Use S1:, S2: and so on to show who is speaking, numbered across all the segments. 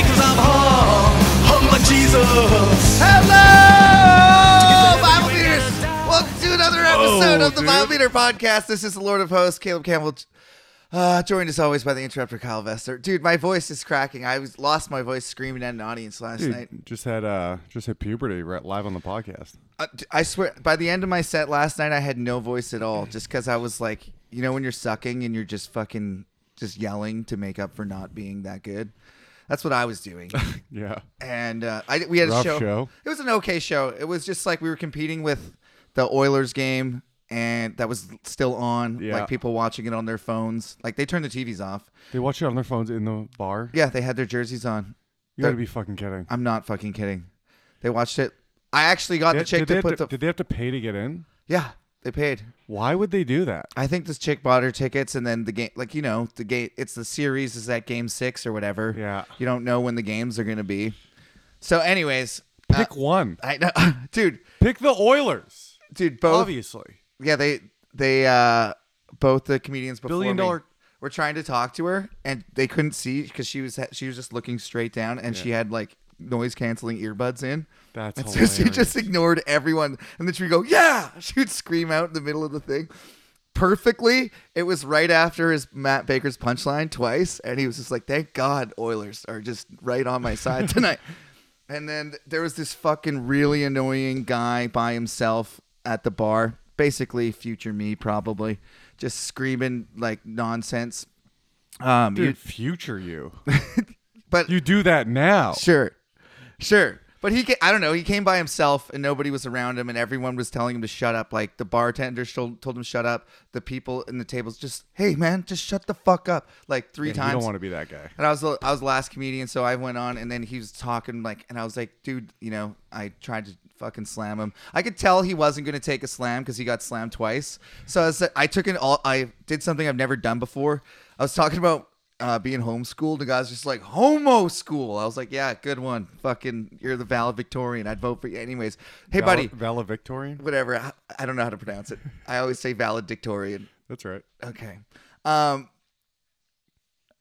S1: Oh, episode of the
S2: Oh, dude.
S1: Vibe Meter Podcast. This is the Lord of Hosts, Caleb Campbell. Uh, joined as always by the interrupter Kyle Vester. Dude, my voice is cracking. I was lost my voice screaming at an audience last
S2: Dude,
S1: night.
S2: just had uh, just hit puberty right live on the podcast.
S1: I, Uh, I swear, by the end of my set last night, I had no voice at all, just because I was like, you know, when you're sucking and you're just fucking just yelling to make up for not being that good. That's what I was doing.
S2: Yeah,
S1: and uh, I, we had a
S2: Rough
S1: show.
S2: show.
S1: It was an okay show. It was just like we were competing with the Oilers game, and that was still on.
S2: Yeah.
S1: Like people watching it on their phones. Like they turned the TVs off.
S2: they watch it on their phones in the bar.
S1: Yeah, they had their jerseys on.
S2: You gotta be fucking kidding.
S1: I'm not fucking kidding. They watched it. I actually got the
S2: Did-
S1: chick
S2: did, they
S1: to
S2: have
S1: put the
S2: did they have to pay to get in?
S1: yeah. They paid.
S2: Why would they do that?
S1: I think this chick bought her tickets, and then the game, like you know, the game. It's the series is at game six or whatever.
S2: Yeah.
S1: You don't know when the games are gonna be. So, anyways, uh,
S2: Pick one.
S1: I know, dude,
S2: Pick the Oilers.
S1: dude, both.
S2: Obviously,
S1: yeah, they they uh both the comedians before
S2: Billion
S1: me
S2: dollar-
S1: were trying to talk to her and they couldn't see because she was she was just looking straight down and she had like noise canceling earbuds in.
S2: that's
S1: And so
S2: hilarious.
S1: she just ignored everyone and then she would go, Yeah! She would scream out in the middle of the thing. Perfectly. It was right after his Matt Baker's punchline twice, and he was just like, Thank God Oilers are just right on my side tonight. and then there was this fucking really annoying guy by himself at the bar, basically future me probably, just screaming like nonsense. Um
S2: dude,
S1: you-
S2: future you.
S1: but
S2: you do that now.
S1: Sure, sure. But he, ca- I don't know. He came by himself, and nobody was around him, and everyone was telling him to shut up. Like the bartender sh- told him shut up. The people in the tables just, hey man, just shut the fuck up. Like three
S2: You
S1: times.
S2: don't want to be that guy.
S1: And I was the- I was the last comedian, so I went on, and then he was talking like, and I was like, dude, you know, I tried to fucking slam him. I could tell he wasn't gonna take a slam because he got slammed twice. So I, was, I took an all, I did something I've never done before. I was talking about uh, being homeschooled. The guy's just like homo school. I was like, yeah, good one. Fucking, you're the valedictorian. I'd vote for you anyways. Hey,
S2: Val-
S1: buddy.
S2: valedictorian.
S1: Whatever. I, I don't know how to pronounce it. I always say valedictorian.
S2: That's right.
S1: Okay. Um,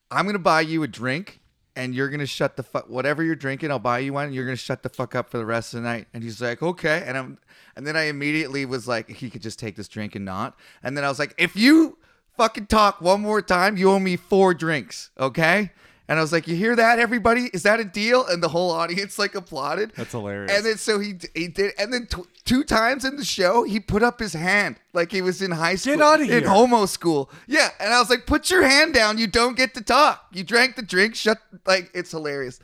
S1: I'm gonna buy you a drink, and you're gonna shut the fuck whatever you're drinking. I'll buy you one, and you're gonna shut the fuck up for the rest of the night. And he's like, okay. And I'm, and then I immediately was like, he could just take this drink and not. And then I was like, if you fucking talk one more time, you owe me four drinks, okay? And I was like, you hear that, everybody? Is that a deal? And the whole audience like applauded.
S2: That's hilarious.
S1: And then so he d- he did, and then tw- two times in the show he put up his hand like he was in high school,
S2: outta
S1: in
S2: here.
S1: homo school. Yeah, and I was like, put your hand down. You don't get to talk. You drank the drink. Shut. Like it's hilarious.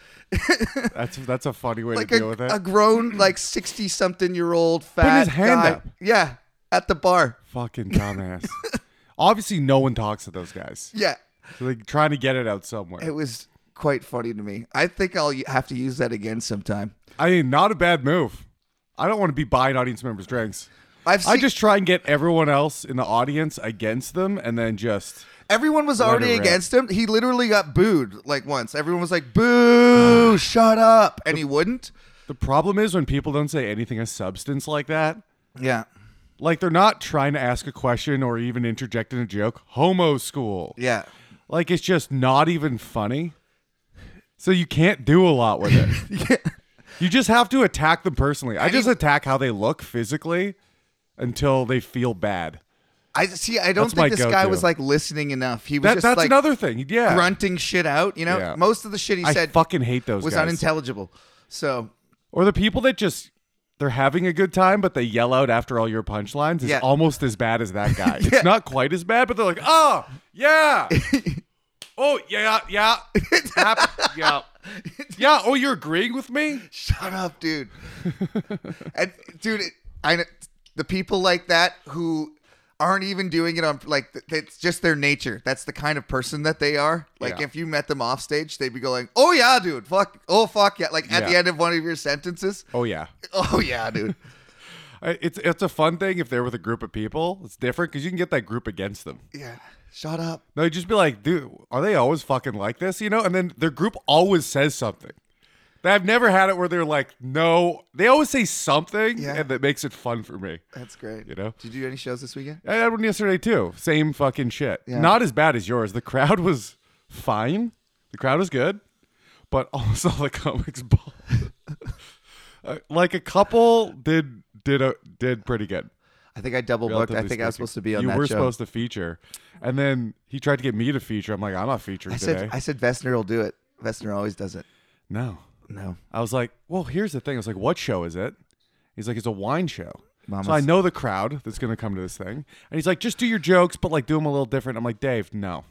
S2: That's that's a funny way
S1: like
S2: to deal
S1: a,
S2: with it.
S1: a grown like sixty something year old fat
S2: his hand
S1: guy.
S2: up.
S1: Yeah, at the bar.
S2: Fucking dumbass. Obviously, no one talks to those guys.
S1: Yeah,
S2: So they trying to get it out somewhere.
S1: it was quite funny to me. I think I'll y- have to use that again sometime.
S2: I mean, not a bad move. I don't want to be buying audience members drinks.
S1: I've seen,
S2: I just try and get everyone else in the audience against them, and then just
S1: Everyone was
S2: What a
S1: already
S2: rip.
S1: against him. He literally got booed like once. Everyone was like, "Boo! shut up!" And he wouldn't.
S2: the problem is when people don't say anything of substance like that.
S1: Yeah,
S2: Like they're not trying to ask a question or even interjecting a joke. Homo school.
S1: yeah,
S2: Like it's just not even funny. So you can't do a lot with it.
S1: yeah.
S2: You just have to attack them personally. I just attack how they look physically until they feel bad.
S1: I see. I don't
S2: That's my
S1: think this guy
S2: go-to.
S1: was like listening enough. He was
S2: That,
S1: just
S2: that's
S1: like
S2: another thing. Yeah.
S1: grunting shit out. You know,
S2: Yeah.
S1: most of the shit he
S2: I
S1: said
S2: fucking hate those
S1: was
S2: guys.
S1: unintelligible. So
S2: or the people that just they're having a good time, but they yell out after all your punchlines is
S1: Yeah.
S2: almost as bad as that guy.
S1: Yeah.
S2: It's not quite as bad, but they're like, oh yeah, oh yeah, yeah, Yep, yeah, yeah. Oh, you're agreeing with me?
S1: shut up, dude. and dude, it, I kn- the people like that who aren't even doing it on like th- it's just their nature. That's the kind of person that they are. Like
S2: Yeah.
S1: if you met them off stage, they'd be going, "Oh yeah, dude, fuck, oh fuck yeah," like at
S2: Yeah.
S1: the end of one of your sentences.
S2: Oh yeah.
S1: Oh yeah, dude.
S2: I- It's it's a fun thing if they're with a group of people. It's different because you can get that group against them.
S1: yeah, shut up.
S2: No, you just be like, dude, are they always fucking like this? You know? And then their group always says something. I've never had it where they're like, no. They always say something,
S1: Yeah.
S2: and that makes it fun for me.
S1: That's great.
S2: You know?
S1: Did you do any shows this weekend?
S2: I had one yesterday too. Same fucking shit.
S1: Yeah.
S2: Not as bad as yours. The crowd was fine. The crowd was good, but almost all the comics ball. Uh, like a couple did did a, did pretty good.
S1: I think I double booked. I
S2: relatively
S1: think I was
S2: speaking.
S1: supposed to be on
S2: You
S1: that
S2: were
S1: show.
S2: supposed to feature, and then he tried to get me to feature. I'm like, I'm not featuring
S1: I
S2: today.
S1: said I said Vestner will do it. Vestner always does it.
S2: no,
S1: No.
S2: I was like, well, here's the thing. I was like, what show is it? He's like, it's a wine show.
S1: Mama's-
S2: So I know the crowd that's going to come to this thing, and he's like, just do your jokes, but like do them a little different. I'm like, Dave, no.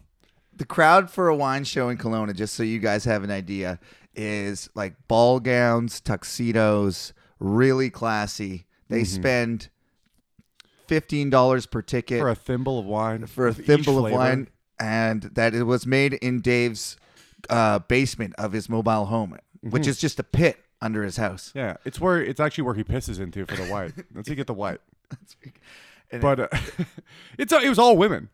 S1: The crowd for a wine show in Kelowna, just so you guys have an idea, is like ball gowns, tuxedos, really classy. They
S2: Mm-hmm.
S1: spend fifteen dollars per ticket
S2: For a thimble of wine.
S1: for a
S2: of each
S1: thimble of
S2: flavor.
S1: wine, and that it was made in Dave's uh, basement of his mobile home, which is just a pit under his house.
S2: Mm-hmm. Yeah, it's where it's actually where he pisses into for the white. Let's get the white.
S1: And
S2: But uh, it's uh, it was all women.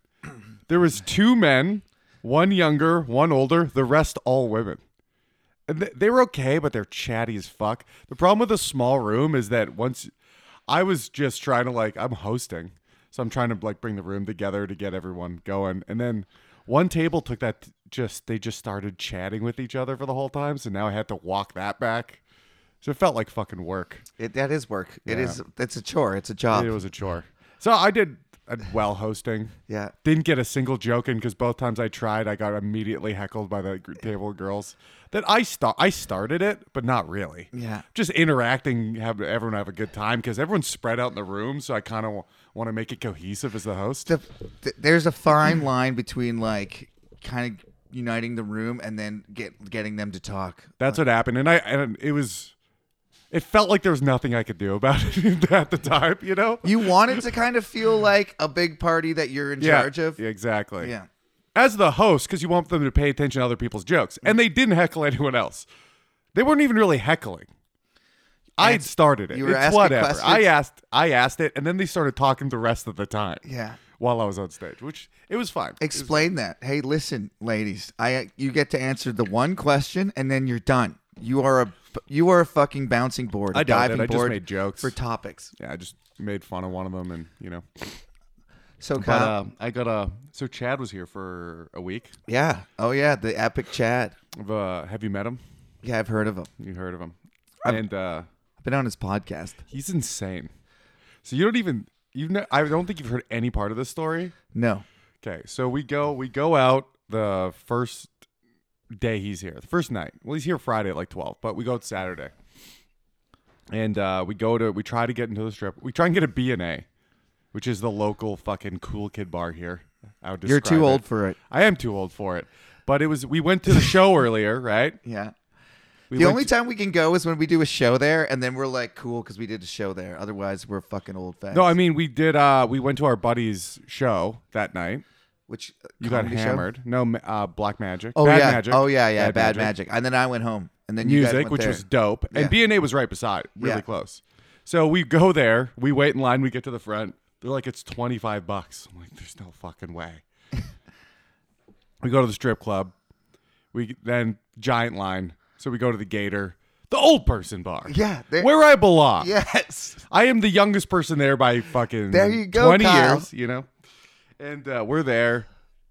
S2: There was two men, one younger, one older. The rest all women. And th- they were okay, but they're chatty as fuck. The problem with a small room is that once I was just trying to like I'm hosting, so I'm trying to like bring the room together to get everyone going, and then one table took that just they just started chatting with each other for the whole time. So now I had to walk that back. So it felt like fucking work.
S1: it, that is work. It is. It's a chore. It's a job.
S2: It was a chore. So I did uh, well hosting.
S1: yeah.
S2: Didn't get a single joke in because both times I tried, I got immediately heckled by the gr- table of girls. That I start, I started it, but not really.
S1: Yeah.
S2: just interacting, have everyone have a good time because everyone's spread out in the room. So I kind of want to make it cohesive as the host.
S1: the, th- there's a fine line between like kind of uniting the room and then get getting them to talk.
S2: That's what happened, and I and it was, it felt like there was nothing I could do about it at the time. You know,
S1: You wanted to kind of feel like a big party that you're in
S2: yeah,
S1: charge of.
S2: yeah,
S1: Yeah.
S2: exactly. as the host because you want them to pay attention to other people's jokes. And they didn't heckle anyone else. They weren't even really heckling. I had
S1: Answer-
S2: started it.
S1: you were
S2: it's
S1: asking
S2: whatever. I
S1: questions?
S2: asked I asked it and then they started talking the rest of the time.
S1: Yeah.
S2: While I was on stage, which it was fine.
S1: Explain that. Hey, listen, ladies. I you get to answer the one question and then you're done. You are a you are a fucking bouncing board. a
S2: I doubt it.
S1: diving
S2: I just
S1: board
S2: made jokes.
S1: for topics.
S2: yeah, I just made fun of one of them and you know.
S1: So
S2: But
S1: Kyle,
S2: uh, I got a so Chad was here for a week.
S1: yeah. Oh yeah, the epic Chad.
S2: Uh, have you met him?
S1: Yeah, I've heard of him.
S2: You heard of him. and uh
S1: I've been on his podcast.
S2: he's insane. So you don't even you've ne- I don't think you've heard any part of this story.
S1: No.
S2: Okay, so we go we go out the first day he's here, the first night. Well, he's here Friday at like twelve, but we go out Saturday, and uh, we go to we try to get into the strip. We try and get a B and A, which is the local fucking cool kid bar here. I would
S1: You're
S2: describe
S1: too old
S2: it.
S1: for it.
S2: I am too old for it, but it was we went to the show earlier, right?
S1: Yeah.
S2: We
S1: the
S2: went
S1: only
S2: to-
S1: time we can go is when we do a show there, and then we're like cool because we did a show there. Otherwise, we're fucking old fans.
S2: no, I mean we did. uh We went to our buddy's show that night.
S1: which uh,
S2: You got
S1: comedy show?
S2: hammered. No, ma- uh, Black Magic.
S1: Oh
S2: Bad
S1: yeah.
S2: Magic.
S1: Oh yeah. Yeah. Bad, magic.
S2: Magic.
S1: And then I went home, and then you guys
S2: music,
S1: went
S2: which
S1: there.
S2: was dope. And B and A was right beside, it, really
S1: Yeah.
S2: close. So we go there, we wait in line, we get to the front. They're like, it's twenty five bucks. I'm like, there's no fucking way. we go to the strip club. We then giant line. So we go to the Gator, the old person bar.
S1: Yeah, they-
S2: where I belong.
S1: yes.
S2: I am the youngest person there by fucking
S1: There you go,
S2: 20
S1: Kyle.
S2: years, you know? And uh, we're there.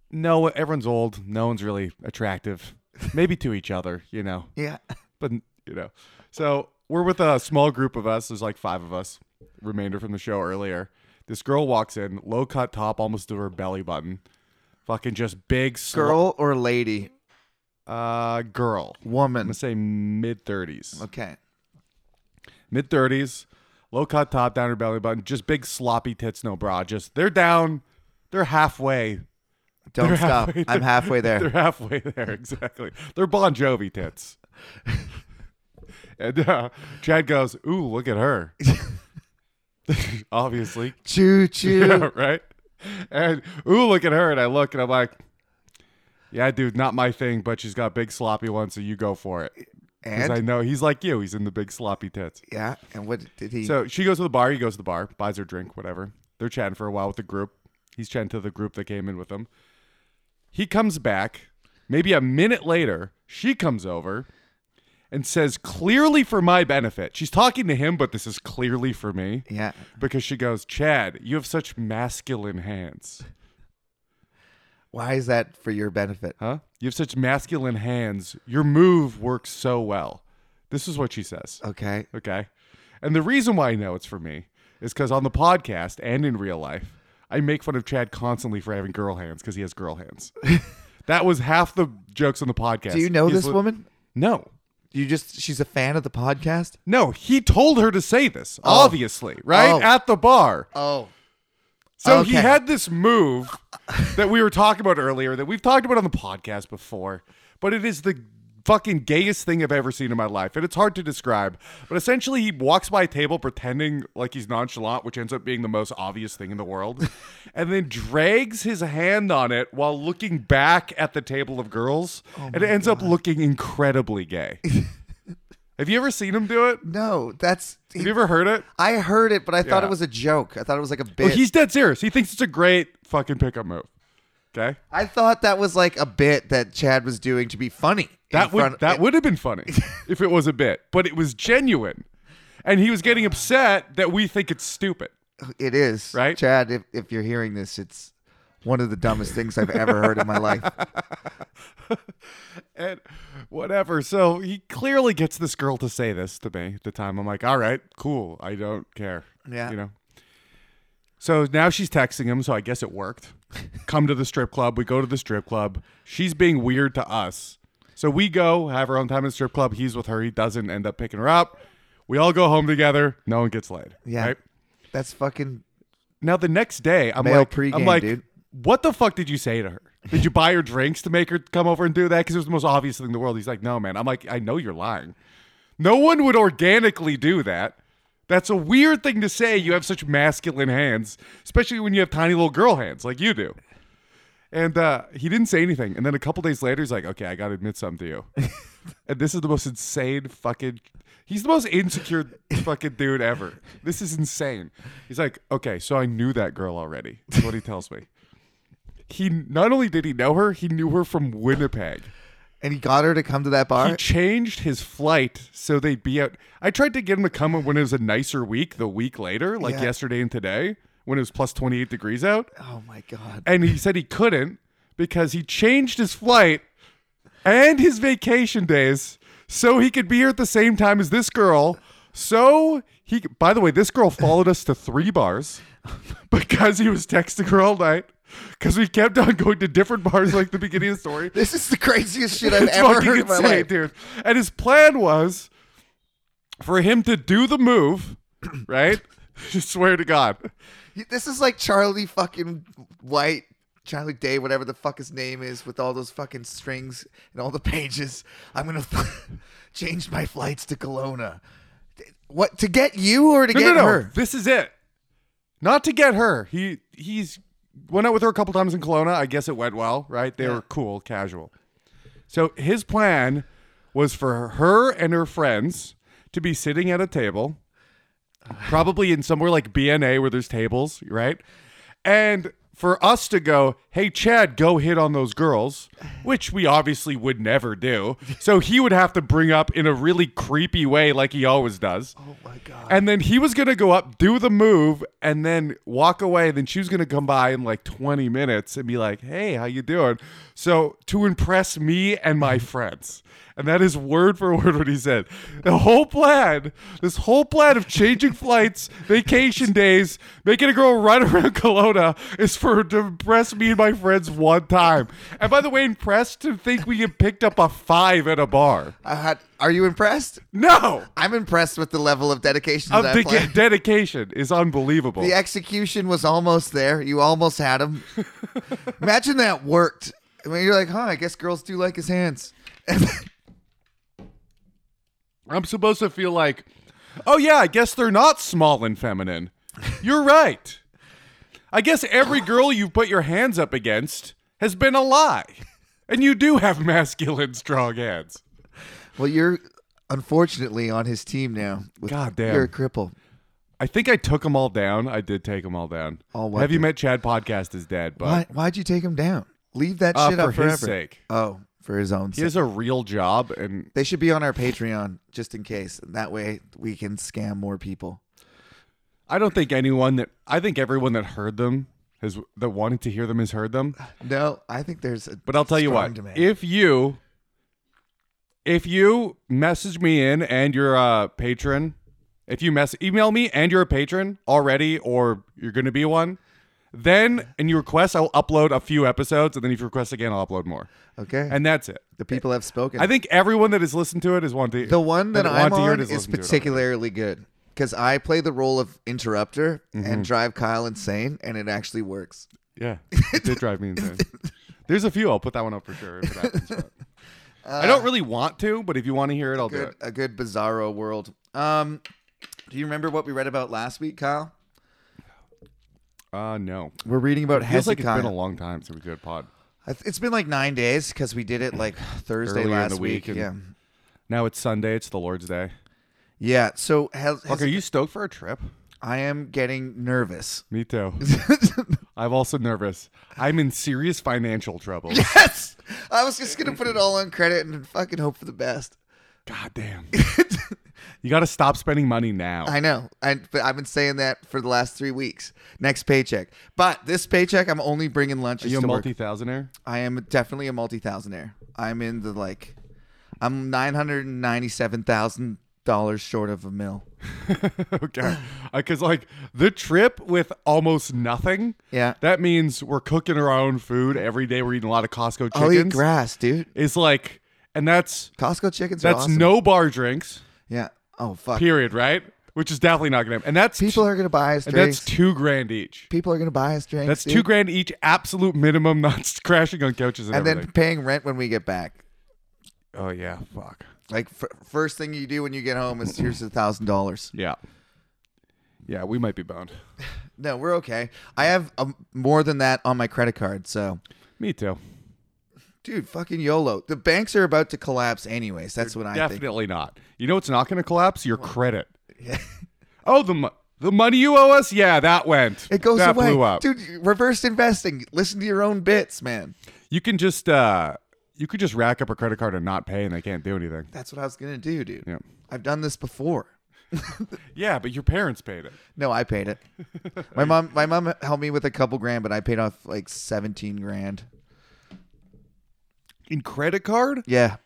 S2: No, everyone's old. No one's really attractive. Maybe to each other, you know?
S1: Yeah.
S2: but you know, so we're with a small group of us. There's like five of us, remainder from the show earlier. This girl walks in, low cut top, almost to her belly button, fucking just big sl-
S1: Girl or lady,
S2: uh, girl. I'm
S1: woman.
S2: gonna say mid thirties,
S1: Okay.
S2: mid thirties, low cut top, down her belly button, just big sloppy tits, no bra. Just they're down, they're halfway,
S1: Don't
S2: They're
S1: stop.
S2: halfway
S1: I'm
S2: there.
S1: halfway
S2: They're
S1: there.
S2: halfway there, exactly. They're Bon Jovi tits. and uh, Chad goes, "Ooh, look at her." Obviously,
S1: Choo choo.
S2: yeah, right. And ooh, look at her. And I look, and I'm like, "Yeah, dude, not my thing, but she's got big sloppy ones, so you go for it." Because
S1: And
S2: I know he's like you. He's in the big sloppy tits.
S1: yeah. And what did he?
S2: So she goes to the bar. He goes to the bar, buys her drink, whatever. They're chatting for a while with the group. He's chatting to the group that came in with him. He comes back. Maybe a minute later, she comes over and says, clearly for my benefit. She's talking to him, but this is clearly for me
S1: yeah.
S2: because she goes, Chad, you have such masculine hands.
S1: Why is that for your benefit?
S2: Huh? You have such masculine hands. Your move works so well. This is what she says.
S1: Okay.
S2: Okay. And the reason why I know it's for me is because on the podcast and in real life, I make fun of Chad constantly for having girl hands because he has girl hands. that was half the jokes on the podcast.
S1: Do you know
S2: He's
S1: this
S2: li-
S1: woman?
S2: No.
S1: You just she's a fan of the podcast.
S2: No, he told her to say this, obviously, right?
S1: Oh.
S2: At the bar.
S1: Oh,
S2: So he
S1: Okay.
S2: had this move that we were talking about earlier that we've talked about on the podcast before, but it is the fucking gayest thing I've ever seen in my life. And it's hard to describe. But essentially, he walks by a table pretending like he's nonchalant, which ends up being the most obvious thing in the world, and then drags his hand on it while looking back at the table of girls.
S1: Oh
S2: and it ends up looking incredibly gay. Have you ever seen him do it?
S1: no, that's
S2: Have you ever heard it?
S1: I heard it, but I thought
S2: Yeah.
S1: it was a joke. I thought it was like a bit.
S2: Well, he's dead serious. He thinks it's a great fucking pickup move. Okay.
S1: I thought that was like a bit that Chad was doing to be funny.
S2: That would that would have been funny if it was a bit, but it was genuine, and he was getting upset that we think it's stupid.
S1: it is
S2: Right?
S1: Chad. If if you're hearing this, it's one of the dumbest things I've ever heard in my life.
S2: And whatever. So he clearly gets this girl to say this to me at the time. I'm like, all right, cool. I don't care.
S1: Yeah.
S2: You know. So now she's texting him, so I guess it worked. Come to the strip club. We go to the strip club. She's being weird to us. So we go, have our own time in the strip club. He's with her. He doesn't end up picking her up. We all go home together. No one gets laid.
S1: Yeah,
S2: Right?
S1: that's fucking.
S2: Now the next day, I'm
S1: Male
S2: like, I'm
S1: pregame,
S2: like,
S1: dude.
S2: what the fuck did you say to her? Did you buy her drinks to make her come over and do that? Because it was the most obvious thing in the world. He's like, no, man. I'm like, I know you're lying. No one would organically do that. That's a weird thing to say. You have such masculine hands, especially when you have tiny little girl hands like you do. And uh, he didn't say anything. And then a couple days later, he's like, okay, I got to admit something to you. and this is the most insane fucking. He's the most insecure fucking dude ever. This is insane. He's like, okay, so I knew that girl already, is what he tells me. He not only did he know her, he knew her from Winnipeg.
S1: And he got her to come to that bar.
S2: He changed his flight so they'd be out. I tried to get him to come when it was a nicer week, the week later, like
S1: Yeah.
S2: yesterday and today, when it was plus 28 degrees out
S1: oh my god.
S2: and he said he couldn't because he changed his flight and his vacation days so he could be here at the same time as this girl. So he, by the way, this girl followed us to three bars because he was texting her all night. Because we kept on going to different bars like the beginning of the story.
S1: This is the craziest shit I've
S2: It's
S1: ever
S2: fucking
S1: heard in my
S2: insane,
S1: life.
S2: dude. And his plan was for him to do the move, right? swear to God.
S1: This is like Charlie fucking White, Charlie Day, whatever the fuck his name is, with all those fucking strings and all the pages. I'm gonna change my flights to Kelowna. What to get you or to
S2: No,
S1: get
S2: no, no.
S1: her?
S2: This is it. Not to get her. He he's went out with her a couple times in Kelowna. I guess it went well, right? They were cool, casual. So his plan was for her and her friends to be sitting at a table, probably in somewhere like BNA where there's tables, right? And for us to go, hey Chad, go hit on those girls, which we obviously would never do. So he would have to bring up in a really creepy way, like he always does.
S1: Oh my god.
S2: And then he was gonna go up, do the move, and then walk away. Then she was gonna come by in like 20 minutes and be like, "Hey, how you doing?" So to impress me and my friends, and that is word for word what he said. The whole plan, this whole plan of changing flights, vacation days, making a girl run around Kelowna, is for to impress me and my friends one time. And by the way, impressed to think we had picked up a five at a bar.
S1: I had, are you impressed?
S2: No.
S1: I'm impressed with the level of dedication
S2: Of
S1: that
S2: the
S1: I played.
S2: ge- dedication is unbelievable.
S1: The execution was almost there. You almost had him. Imagine that worked. I mean, you're like, huh? I guess girls do like his hands.
S2: I'm supposed to feel like, oh yeah, I guess they're not small and feminine. You're right. I guess every girl you put your hands up against has been a lie. And you do have masculine strong hands.
S1: Well, you're unfortunately on his team now. With,
S2: God damn.
S1: You're a cripple.
S2: I think I took them all down. I did take them all down.
S1: All what
S2: have you
S1: the-
S2: met Chad? Podcast is dead, but
S1: Why, why'd you take him down? Leave that
S2: Uh,
S1: shit
S2: for
S1: up forever.
S2: his sake.
S1: Oh, for his own
S2: he
S1: sake.
S2: has a real job, and
S1: they should be on our Patreon just in case. And that way we can scam more people.
S2: I don't think anyone that I think everyone that heard them has that wanted to hear them has heard them.
S1: No, I think there's a
S2: But I'll tell you
S1: strong
S2: what,
S1: demand.
S2: if you if you message me in and you're a patron If you mess email me and you're a patron already or you're going to be one, then and you request, I'll upload a few episodes, and then if you request again, I'll upload more,
S1: Okay.
S2: and that's it.
S1: the people have spoken.
S2: I think everyone that has listened to it is one to
S1: the one that I'm
S2: want to hear
S1: on
S2: it
S1: is
S2: listened to it.
S1: particularly good because I play the role of interrupter
S2: Mm-hmm.
S1: and drive Kyle insane, and it actually works.
S2: Yeah, it did drive me insane. There's a few. I'll put that one up for sure. If it happens, but- I don't really want to, but if you want to hear it, I'll do
S1: Uh, Good,
S2: it.
S1: a good bizarro world. Um, do you remember what we read about last week, Kyle?
S2: Uh, no.
S1: We're reading about
S2: Feels like it's
S1: Hezekiah.
S2: been a long time since we did a pod.
S1: I th- It's been like nine days because we did it like Thursday
S2: Mm. Earlier in
S1: last
S2: the week
S1: week.
S2: and-
S1: Yeah,
S2: Now it's Sunday. It's the Lord's Day.
S1: yeah. So has,
S2: Look, are you stoked for a trip?
S1: I am getting nervous.
S2: Me too. I'm also nervous. I'm in serious financial trouble.
S1: yes, I was just gonna put it all on credit and fucking hope for the best.
S2: God damn. You got to stop spending money now.
S1: I know, I, but I've been saying that for the last three weeks. Next paycheck, but this paycheck, I'm only bringing
S2: Are
S1: lunches
S2: you a
S1: to work.
S2: multi-thousandaire?
S1: I am definitely a multi-thousandaire. I'm in the like, I'm nine hundred ninety-seven thousand dollars short of a mill. Uh.
S2: okay. Because, like, the trip with almost nothing,
S1: Yeah,
S2: that means we're cooking our own food every day. We're eating a lot of Costco
S1: I'll eat
S2: chickens.
S1: grass, dude.
S2: It's like, and that's
S1: Costco chickens are
S2: that's
S1: awesome.
S2: no bar drinks,
S1: yeah. Oh fuck.
S2: period, right? Which is definitely not going to happen. And that's,
S1: People are gonna buy us
S2: and
S1: drinks.
S2: that's two grand each.
S1: People are gonna buy us drinks.
S2: That's
S1: dude.
S2: two grand each, absolute minimum, not crashing on couches and,
S1: And then
S2: everything.
S1: paying rent when we get back.
S2: oh yeah, fuck.
S1: Like f- first thing you do when you get home is here's a thousand dollars.
S2: Yeah, yeah, we might be bound.
S1: No, we're okay. I have um, more than that on my credit card. So,
S2: Me too.
S1: dude, fucking YOLO. The banks are about to collapse anyways. That's what I think.
S2: Definitely not. You know what's not going to collapse? Your credit.
S1: Yeah.
S2: Oh, the mo- the money you owe us? Yeah, that went.
S1: It goes
S2: that
S1: away,
S2: blew up.
S1: dude. Reverse investing. Listen to your own bits, man.
S2: You can just uh, you could just rack up a credit card and not pay, and they can't do anything.
S1: That's what I was gonna do, dude.
S2: Yeah.
S1: I've done this before.
S2: Yeah, but your parents paid it.
S1: No, I paid it. My mom, my mom helped me with a couple grand, but I paid off like seventeen grand.
S2: In credit card?
S1: Yeah,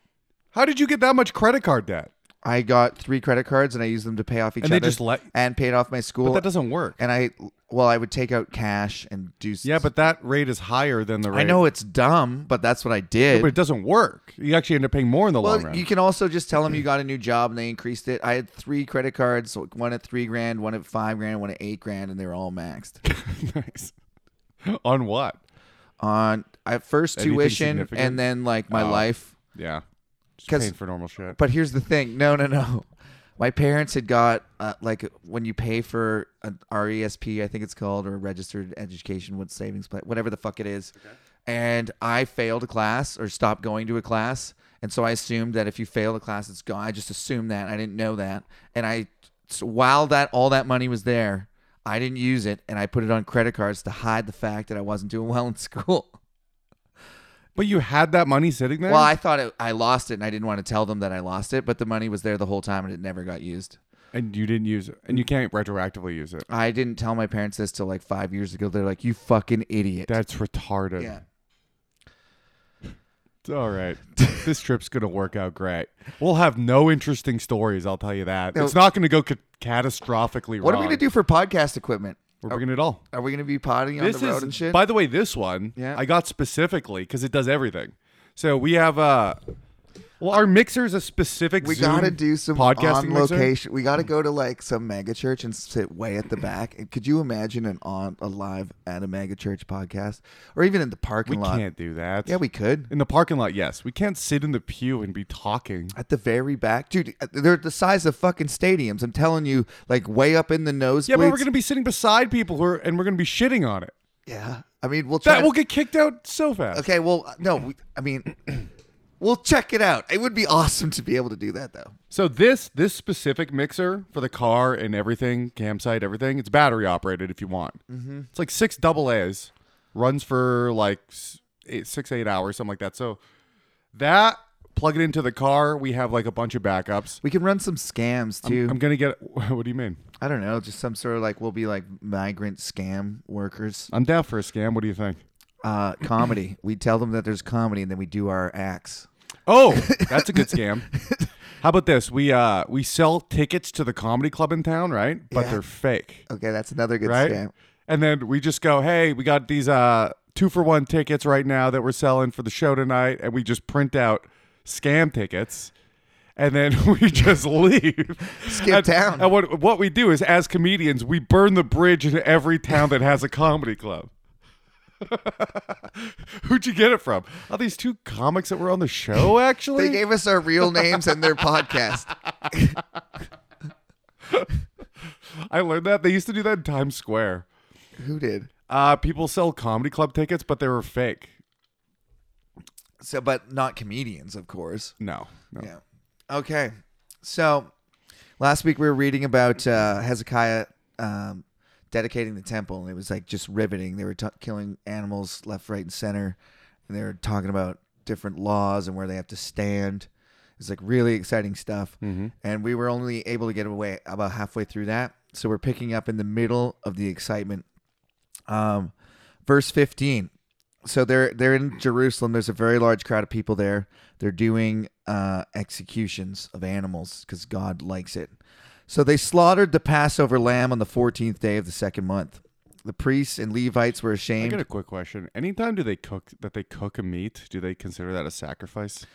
S2: How did you get that much credit card debt?
S1: I got three credit cards and I used them to pay off each
S2: And they
S1: other.
S2: just let-
S1: and paid off my school.
S2: But that doesn't work.
S1: and I well, I would take out cash and do. s-
S2: Yeah, but that rate is higher than the rate.
S1: I know it's dumb, but that's what I did.
S2: but it doesn't work. You actually end up paying more in the long
S1: well,
S2: run.
S1: you can also just tell them you got a new job and they increased it. I had three credit cards, one at three grand, one at five grand, one at eight grand, and they were all maxed.
S2: nice. On what?
S1: On I first
S2: Anything
S1: tuition
S2: significant? Oh.
S1: and then like my life.
S2: Yeah. Just
S1: 'Cause-
S2: paying for normal shit.
S1: But here's the thing. No, no, no. My parents had got uh, like when you pay for an RESP, I think it's called, or registered education with savings plan, whatever the fuck it is. And I failed a class or stopped going to a class, and so I assumed that if you failed a class, it's gone. I just assumed that. I didn't know that, and I so while that all that money was there, I didn't use it, and I put it on credit cards to hide the fact that I wasn't doing well in school.
S2: But you had that money sitting there?
S1: Well, I thought it, I lost it, and I didn't want to tell them that I lost it, but the money was there the whole time, and it never got used.
S2: and you didn't use it. And you can't retroactively use it.
S1: I didn't tell my parents this till like five years ago. They're like, "You fucking idiot."
S2: That's retarded.
S1: yeah.
S2: It's all right. this trip's going to work out great. We'll have no interesting stories, I'll tell you that.
S1: No.
S2: It's not going to go ca- catastrophically
S1: What are
S2: wrong.
S1: we gonna do for podcast equipment?
S2: We're bringing it all.
S1: Are we gonna be potting on the road and shit?
S2: By the way, this one
S1: Yeah.
S2: I got specifically because it does everything. So we have uh well, our mixer is a specific.
S1: we
S2: Zoom
S1: gotta do some
S2: podcasting
S1: on
S2: mixer.
S1: location. We gotta go to like some mega church and sit way at the back. And could you imagine an on a live at a mega church podcast, or even in the
S2: We
S1: parking lot?
S2: can't do that.
S1: Yeah, we could.
S2: in the parking lot. Yes, we can't sit in the pew and be talking.
S1: At the very back, dude, uh, they're the size of fucking stadiums. I'm telling you, like way up in the nosebleeds.
S2: Yeah, but we're gonna be sitting beside people who are, and we're gonna be shitting on it.
S1: Yeah, I mean, we'll try.
S2: That
S1: to-
S2: will get kicked out so fast.
S1: Okay, well, uh, no, we, I mean, we'll check it out. It would be awesome to be able to do that, though.
S2: So this this specific mixer for the car and everything, campsite, everything, it's battery operated if you want. Mm-hmm. It's like six double A's, runs for like s- eight, six eight hours, something like that. So that plug it into the car, we have like a bunch of backups.
S1: We can run some scams too.
S2: I'm gonna get. What do you mean?
S1: I do not know, just some sort of like we'll be like migrant scam workers.
S2: I'm down for a scam. What do you think?
S1: Uh, comedy. we tell them that there's comedy, and then we do our acts.
S2: Oh, that's a good scam. How about this? We uh we sell tickets to the comedy club in town, right? But
S1: Yeah.
S2: they're fake,
S1: Okay, that's another good
S2: right?
S1: scam.
S2: And then we just go, "Hey, we got these uh 2 for 1 tickets right now that we're selling for the show tonight." And we just print out scam tickets. And then we just leave.
S1: Skip
S2: and,
S1: town.
S2: And what what we do is as comedians, we burn the bridge in every town that has a comedy club. Who'd you get it from? Are these two comics that were on the show actually?
S1: They gave us our real names and their podcast.
S2: I learned that they used to do that in Times Square.
S1: Who did?
S2: Uh, people sell comedy club tickets, but they were fake.
S1: So, but not comedians, of course.
S2: No, no.
S1: Yeah. Okay. So, last week we were reading about uh, Hezekiah um, dedicating the temple, and it was like just riveting. They were t- killing animals left, right, and center, and they were talking about different laws and where they have to stand. It's like really exciting stuff. And we were only able to get away about halfway through that, so we're picking up in the middle of the excitement. Um, verse fifteen so they're they're in Jerusalem. There's a very large crowd of people there. They're doing uh, executions of animals because God likes it. So they slaughtered the Passover lamb on the 14th day of the second month. The priests and Levites were
S2: I
S1: ashamed.
S2: got a quick question. Anytime do they cook that they cook a meat? Do they consider that a sacrifice?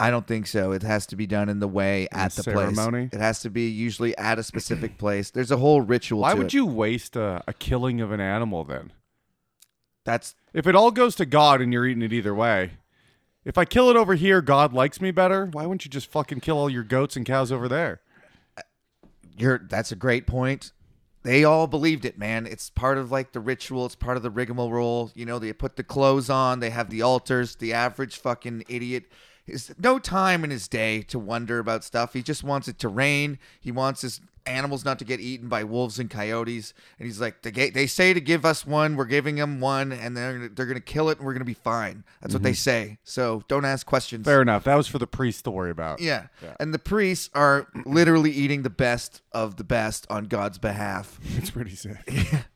S1: I don't think so. It has to be done in the way at the
S2: ceremony?
S1: place. It has to be usually at a specific place. There's a whole ritual.
S2: Why
S1: to
S2: would
S1: it.
S2: you waste a, a killing of an animal then?
S1: That's
S2: If it all goes to God and you're eating it either way, if I kill it over here, God likes me better. Why wouldn't you just fucking kill all your goats and cows over there?
S1: You're that's a great point. They all believed it, man. It's part of like the ritual. It's part of the rigmarole. You know, they put the clothes on. They have the altars. The average fucking idiot is no time in his day to wonder about stuff. He just wants it to rain. He wants his animals not to get eaten by wolves and coyotes. And he's like, they, ga- they say to give us one. We're giving them one, and they're gonna- they're gonna kill it, and we're gonna be fine. That's what they say. So don't ask questions.
S2: Fair enough. That was for the priest to worry about.
S1: Yeah. And the priests are literally eating the best of the best on God's behalf.
S2: It's pretty sick.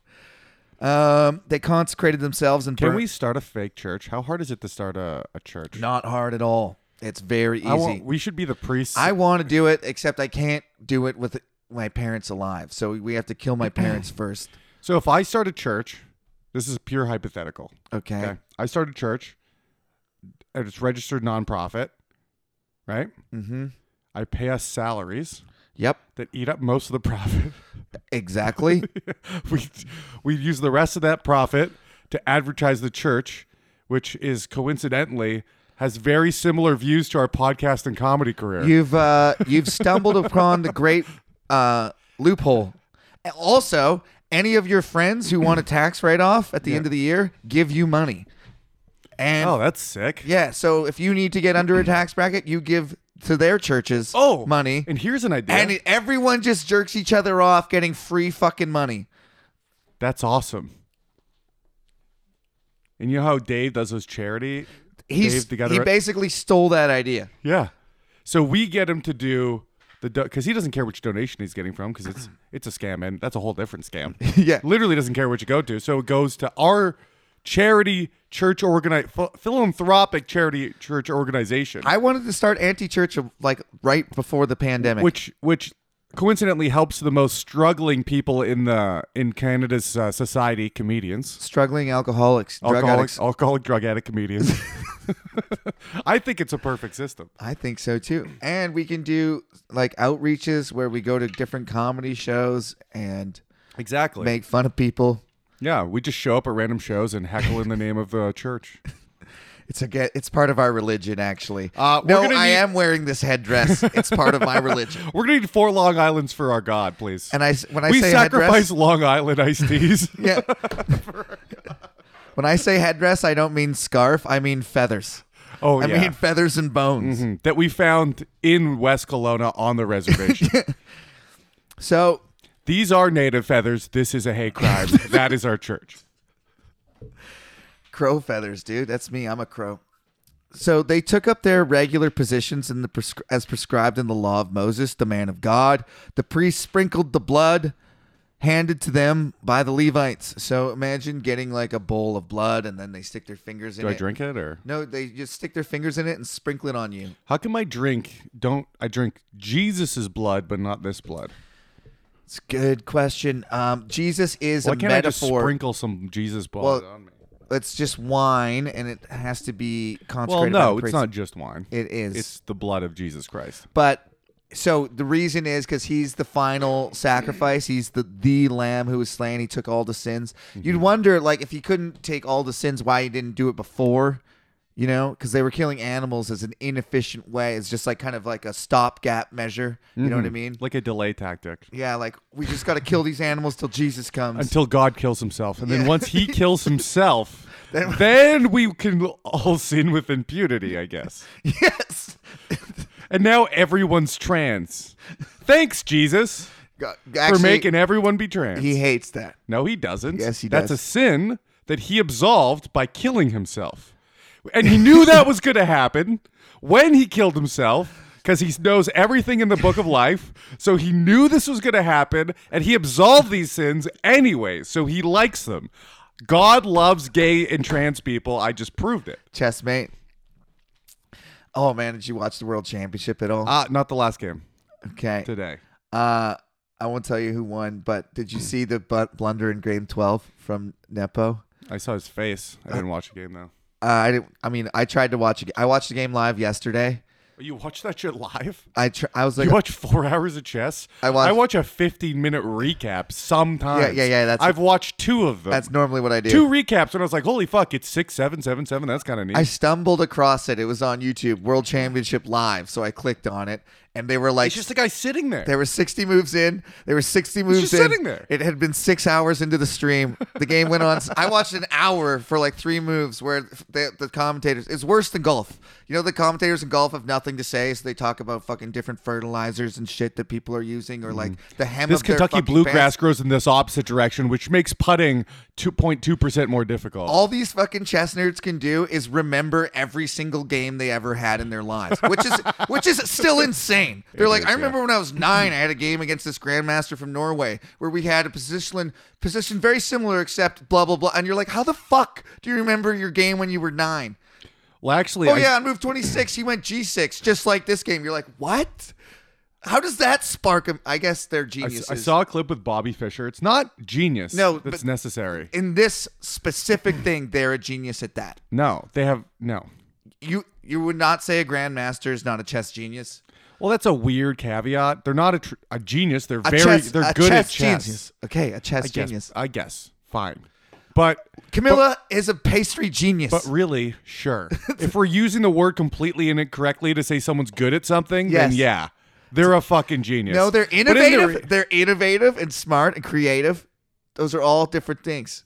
S1: Um, they consecrated themselves and
S2: Can
S1: burnt-
S2: we start a fake church? How hard is it to start a, a church?
S1: Not hard at all. It's very easy.
S2: I want, we should be the priests.
S1: I want to do it, except I can't do it with my parents alive. So we have to kill my parents first.
S2: So if I start a church, this is pure hypothetical.
S1: Okay.
S2: Okay. I start a church and it's registered nonprofit, right?
S1: Mm-hmm.
S2: I pay us salaries
S1: Yep.
S2: that eat up most of the profit.
S1: Exactly.
S2: we we use the rest of that profit to advertise the church, which is coincidentally has very similar views to our podcast and comedy career.
S1: You've uh, you've stumbled upon the great uh, loophole. And Also, any of your friends who want a tax write off at the end of the year give you money. And
S2: oh, that's sick.
S1: yeah, so if you need to get under a tax bracket, you give to their churches
S2: Mm-hmm. Oh,
S1: money.
S2: And here's an idea.
S1: And it, everyone just jerks each other off getting free fucking money.
S2: that's awesome. And you know how Dave does his charity?
S1: He's,
S2: Dave together-
S1: he basically stole that idea.
S2: Yeah. So we get him to do the because he doesn't care which donation he's getting from because it's it's a scam and that's a whole different scam.
S1: Yeah.
S2: Literally doesn't care what you go to. So it goes to our charity church organi ph- philanthropic charity church organization,
S1: I wanted to start anti church like right before the pandemic.
S2: which which coincidentally helps the most struggling people in the in Canada's uh, society comedians.
S1: struggling alcoholics, drug addicts.
S2: Alcoholic, alcoholic, drug addict comedians. I think it's a perfect system.
S1: I think so too. And we can do like outreaches where we go to different comedy shows and
S2: Exactly.
S1: make fun of people.
S2: Yeah, we just show up at random shows and heckle in the name of the church.
S1: It's a get, it's part of our religion actually.
S2: Uh, we're
S1: no,
S2: gonna
S1: I
S2: need-
S1: am wearing this headdress. it's part of my religion.
S2: We're gonna need four Long Island's for our God, please.
S1: And I s- when I
S2: we
S1: say
S2: sacrifice
S1: headdress,
S2: Long Island iced teas.
S1: yeah. when I say headdress, I don't mean scarf. I mean feathers.
S2: oh
S1: I
S2: yeah,
S1: mean feathers and bones.
S2: Mm, that we found in West Kelowna on the reservation.
S1: So
S2: These are native feathers. This is a hate crime. that is our church.
S1: Crow feathers, dude. That's me. I'm a crow. So they took up their regular positions in the prescri- as prescribed in the law of Moses, the man of God. The priest sprinkled the blood. handed to them by the Levites. So imagine getting like a bowl of blood and then they stick their fingers in
S2: Do
S1: it.
S2: I drink it or
S1: No, they just stick their fingers in it and sprinkle it on you.
S2: how come I drink? Don't I drink Jesus's blood, but not this blood?
S1: It's a good question. Um, Jesus is
S2: Why
S1: a
S2: can't I just
S1: metaphor.
S2: sprinkle some Jesus blood
S1: Well,
S2: on me?
S1: it's just wine and it has to be
S2: Well,
S1: consecrated. by
S2: no,
S1: the
S2: it's
S1: priest.
S2: not just wine.
S1: It is.
S2: It's the blood of Jesus Christ.
S1: But so the reason is because he's the final sacrifice. He's the the lamb who was slain. He took all the sins.
S2: Mm-hmm.
S1: You'd wonder, like, if he couldn't take all the sins, why he didn't do it before? You know, because they were killing animals as an inefficient way. It's just like kind of like a stopgap measure. You know what I mean?
S2: Mm-hmm. Like a delay tactic.
S1: Yeah, like we just got to kill these animals till Jesus comes.
S2: Until God kills himself. And then
S1: Yeah.
S2: once he kills himself, then, we can all sin with impunity, I guess.
S1: yes.
S2: And now everyone's trans. Thanks, Jesus,
S1: God,
S2: for
S1: Actually,
S2: making everyone be trans.
S1: he hates that.
S2: no, he doesn't.
S1: Yes, he
S2: That's
S1: does.
S2: a sin that he absolved by killing himself. And he knew that was going to happen when he killed himself. Because he knows everything in the book of life. So he knew this was going to happen. And he absolved these sins anyway. So he likes them. God loves gay and trans people. I just proved it.
S1: Chessmate. Oh man, did you watch the World Championship at all?
S2: Ah, not the last game
S1: okay.
S2: today.
S1: Uh, I won't tell you who won, but did you see the but- blunder in game 12 from Nepo?
S2: I saw his face. I didn't watch the game, though.
S1: Uh, I didn't, I mean, I tried to watch. it- I watched the game live yesterday.
S2: You watch that shit live?
S1: I tr- I was like,
S2: You watch four hours of chess?
S1: I watch-
S2: a 15 minute recap sometimes.
S1: Yeah, yeah, yeah, that's-
S2: I've watched two of them.
S1: that's normally what I do.
S2: two recaps, and I was like, holy fuck, it's 6777. That's kind of neat.
S1: I stumbled across it. It was on YouTube, World Championship Live. So I clicked on it, and they were like,
S2: it's just a guy sitting there.
S1: there were 60 moves in. There were 60 moves
S2: just
S1: in.
S2: sitting there.
S1: It had been six hours into the stream. The game went on. I watched an hour for like three moves where the, the commentators, it's worse than golf. You know, the commentators in golf have nothing to say. So they talk about fucking different fertilizers and shit that people are using or like the hem
S2: Mm. this
S1: of their
S2: Kentucky
S1: fucking
S2: bluegrass
S1: pants.
S2: grows in this opposite direction, which makes putting 2.2% more difficult.
S1: all these fucking chess nerds can do is remember every single game they ever had in their lives, which is which is still insane. They're like,
S2: is,
S1: I remember when I was nine, I had a game against this grandmaster from Norway where we had a position position very similar, except blah blah blah. And you're like, how the fuck do you remember your game when you were nine?
S2: well, actually,
S1: Oh
S2: I-
S1: yeah, on move twenty six, he went G six, just like this game. You're like, what? How does that spark? 'em? I guess they're
S2: I,
S1: geniuses.
S2: I saw a clip with Bobby Fischer. It's not genius.
S1: No,
S2: that's
S1: but-
S2: necessary.
S1: in this specific thing, they're a genius at that.
S2: No, they have no.
S1: you you would not say a grandmaster is not a chess genius.
S2: Well, that's a weird caveat. They're not a, tr- a genius. They're
S1: A
S2: very
S1: chess,
S2: they're
S1: a
S2: good
S1: chess
S2: at chess.
S1: Genius. Okay, a chess
S2: I guess, Uh,
S1: genius.
S2: I guess. Fine. But
S1: Camilla is a pastry genius.
S2: but really, sure. if we're using the word completely and incorrectly to say someone's good at something, then
S1: Yes.
S2: yeah. They're a fucking genius.
S1: no, they're
S2: But in the
S1: innovative.
S2: re-
S1: they're innovative and smart and creative. Those are all different things.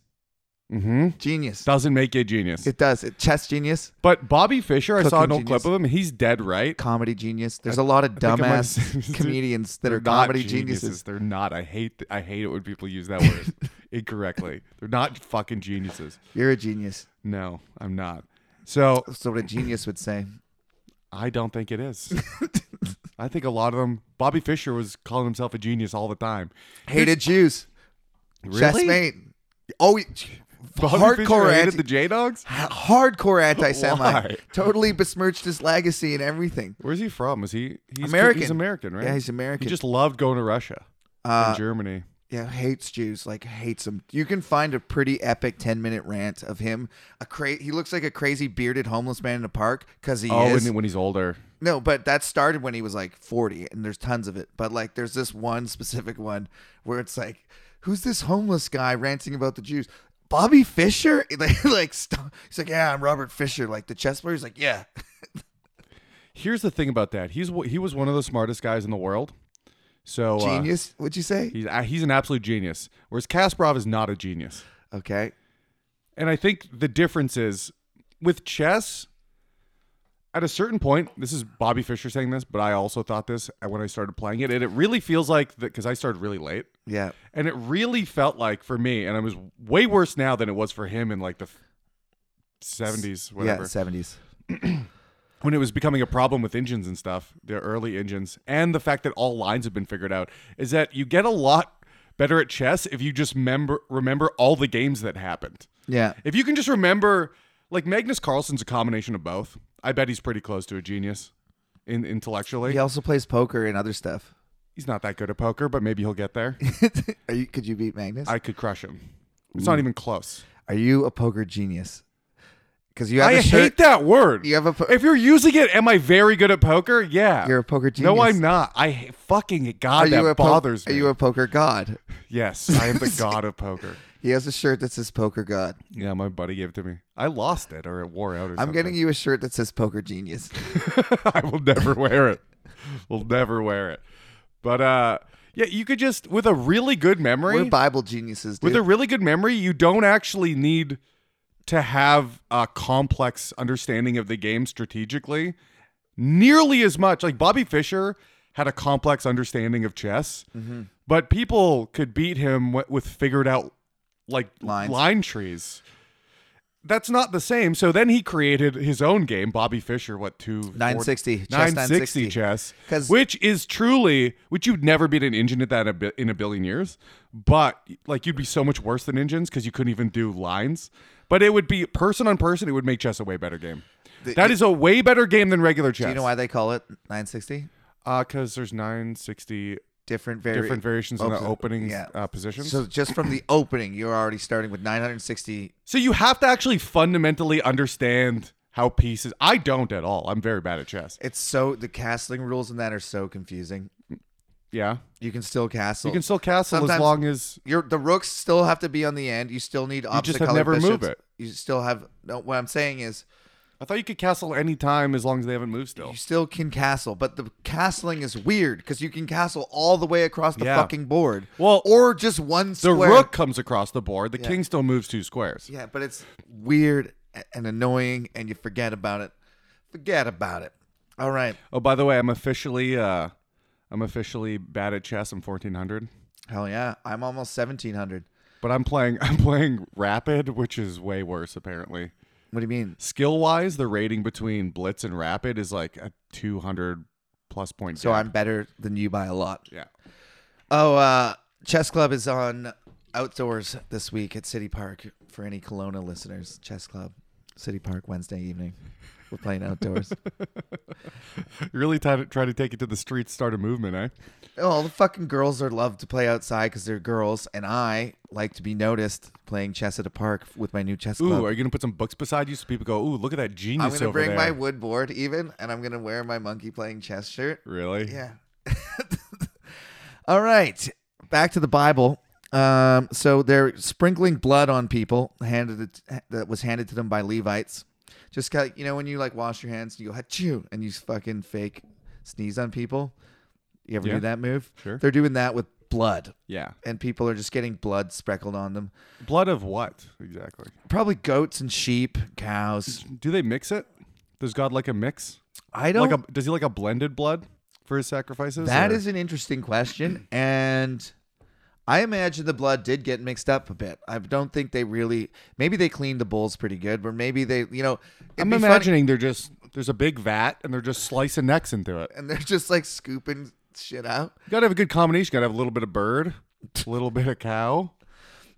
S2: Mhm.
S1: Genius.
S2: Doesn't make you a genius.
S1: It does. It chess genius,
S2: but Bobby Fischer, I saw
S1: Cooking
S2: an old
S1: genius.
S2: clip of him. He's dead, right?
S1: comedy genius. There's a lot of
S2: I might have
S1: dumbass
S2: said-
S1: comedians that are
S2: They're not
S1: comedy geniuses.
S2: They're not. I hate th- I hate it when people use that word incorrectly. They're not fucking geniuses.
S1: You're a genius.
S2: No, I'm not. So
S1: That's what a genius would say.
S2: I don't think it is. I think a lot of them. Bobby Fischer was calling himself a genius all the time.
S1: Hated Jews. Chessmate. Oh,
S2: Bobby
S1: hardcore
S2: Fischer hated
S1: anti-
S2: the J Dogs.
S1: ha- hardcore anti-Semite.
S2: Why?
S1: Totally besmirched his legacy and everything.
S2: Where's he from? Is he he's
S1: American.
S2: He's American, right?
S1: Yeah, he's American.
S2: He just loved going to Russia
S1: Uh,
S2: and Germany.
S1: yeah, hates Jews. Like hates them. You can find a pretty epic ten-minute rant of him. A cra- He looks like a crazy bearded homeless man in a park because he
S2: Oh,
S1: is.
S2: and when he's older,
S1: No, but that started when he was like 40, and there's tons of it. But like, there's this one specific one where it's like, who's this homeless guy ranting about the Jews? Bobby Fisher? Like, like st- he's like, yeah, I'm Robert Fisher, like the chess player. He's like, yeah.
S2: here's the thing about that. He's he was one of the smartest guys in the world. So uh,
S1: Genius, would you say?
S2: he's uh, he's an absolute genius. Whereas Kasparov is not a genius.
S1: Okay.
S2: And I think the difference is with chess, at a certain point, this is Bobby Fischer saying this, but I also thought this when I started playing it. And it really feels like, because I started really late,
S1: Yeah.
S2: and it really felt like for me, and I was way worse now than it was for him in like the f- 70s, whatever,
S1: Yeah, 70s.
S2: when it was becoming a problem with engines and stuff, the early engines, and the fact that all lines have been figured out, is that you get a lot better at chess if you just member, remember all the games that happened.
S1: Yeah.
S2: If you can just remember, like Magnus Carlsen's a combination of both. I bet he's pretty close to a genius in intellectually.
S1: He also plays poker and other stuff.
S2: He's not that good at poker, but maybe he'll get there.
S1: Are you? Could you beat Magnus?
S2: I could crush him. It's not even close.
S1: Are you a poker genius? Because you have
S2: I
S1: a shirt.
S2: hate that word.
S1: You have a. Po-
S2: If you're using it, am I very good at poker? Yeah.
S1: You're a poker genius.
S2: No, I'm not. I h- fucking
S1: Are
S2: God
S1: you
S2: that
S1: a po-
S2: bothers
S1: Are
S2: me.
S1: you a poker god?
S2: yes, I am the god of poker.
S1: He has a shirt that says poker god.
S2: Yeah, my buddy gave it to me. I lost it or it wore out. Or
S1: I'm
S2: something.
S1: getting you a shirt that says poker genius.
S2: I will never wear it. Will never wear it. But uh, yeah, you could just with a really good memory.
S1: We're Bible geniuses, dude.
S2: with a really good memory, you don't actually need to have a complex understanding of the game strategically nearly as much. Like Bobby Fischer had a complex understanding of chess,
S1: Mm-hmm.
S2: but people could beat him wi- with figured out like
S1: Lines.
S2: line trees. That's not the same. So then he created his own game, Bobby Fischer, what, two?
S1: 960, chess
S2: 960
S1: 960.
S2: chess.
S1: 'Cause-
S2: Which is truly, which you'd never beat an engine at that in a, bi- in a billion years. But like you'd be so much worse than engines because you couldn't even do lines. But it would be person on person. It would make chess a way better game. That
S1: The-
S2: is a way better game than regular chess.
S1: Do you know why they call it 960?
S2: Uh, because there's 960
S1: Different, vari-
S2: different variations in the
S1: Opposite-
S2: opening
S1: Oh, yeah.
S2: uh, positions.
S1: So
S2: So,
S1: just from the opening, you're already starting with 960.
S2: you have to actually fundamentally understand how pieces. I don't at all. I'm very bad at chess.
S1: It's so the castling rules in that are so confusing.
S2: Yeah,
S1: You can still castle.
S2: you can still castle as
S1: Sometimes-
S2: long as
S1: Your the rooks still have to be on the end. You still need opposite
S2: just have
S1: colored
S2: never
S1: bishops.
S2: move it.
S1: You still have no. What I'm saying is,
S2: I thought you could castle any time as long as they haven't moved still.
S1: you still can castle, but the castling is weird because you can castle all the way across the
S2: Yeah.
S1: fucking board.
S2: Well,
S1: or just one
S2: The
S1: square.
S2: rook comes across the board. The king still moves two squares.
S1: Yeah, but it's weird and annoying, and you forget about it. Forget about it. All right.
S2: Oh, by the way, I'm officially uh I'm officially bad at chess. I'm 1400.
S1: Hell yeah. I'm almost 1700.
S2: But I'm playing I'm playing rapid, which is way worse apparently.
S1: What do you mean?
S2: Skill wise, the rating between blitz and rapid is like a 200 plus point.
S1: So
S2: gap.
S1: I'm better than you by a lot.
S2: yeah.
S1: Oh, uh, Chess Club is on outdoors this week at City Park for any Kelowna listeners. Chess Club, City Park, Wednesday evening. We're playing outdoors.
S2: You really try to, try to take it to the streets, start a movement, eh?
S1: All the fucking girls are love to play outside because they're girls, and I like to be noticed playing chess at a park with my new chess
S2: Ooh,
S1: club.
S2: are you gonna put some books beside you so people go, ooh, look at that genius
S1: I'm gonna
S2: over
S1: bring my
S2: there?
S1: wood board even, and I'm gonna wear my monkey playing chess shirt.
S2: really?
S1: Yeah. All right. Back to the Bible. Um, so they're sprinkling blood on people handed it, that was handed to them by Levites. Just kind you know when you like wash your hands and you go hachoo and you fucking fake sneeze on people. You ever
S2: Yeah.
S1: do that move?
S2: Sure.
S1: They're doing that with blood,
S2: Yeah.
S1: and people are just getting blood spreckled on them.
S2: Blood of what exactly?
S1: Probably goats and sheep, cows.
S2: Do they mix it? Does God like a mix?
S1: I don't.
S2: Like a does he like a blended blood for his sacrifices?
S1: That
S2: or-
S1: is an interesting question, and I imagine the blood did get mixed up a bit. I don't think they really. Maybe they cleaned the bowls pretty good, or maybe they, you know, it'd
S2: I'm
S1: be funny-
S2: imagining they're just there's a big vat and they're just slicing necks into it.
S1: and they're just like scooping shit out.
S2: You gotta have a good combination. You gotta have a little bit of bird, a little bit of cow.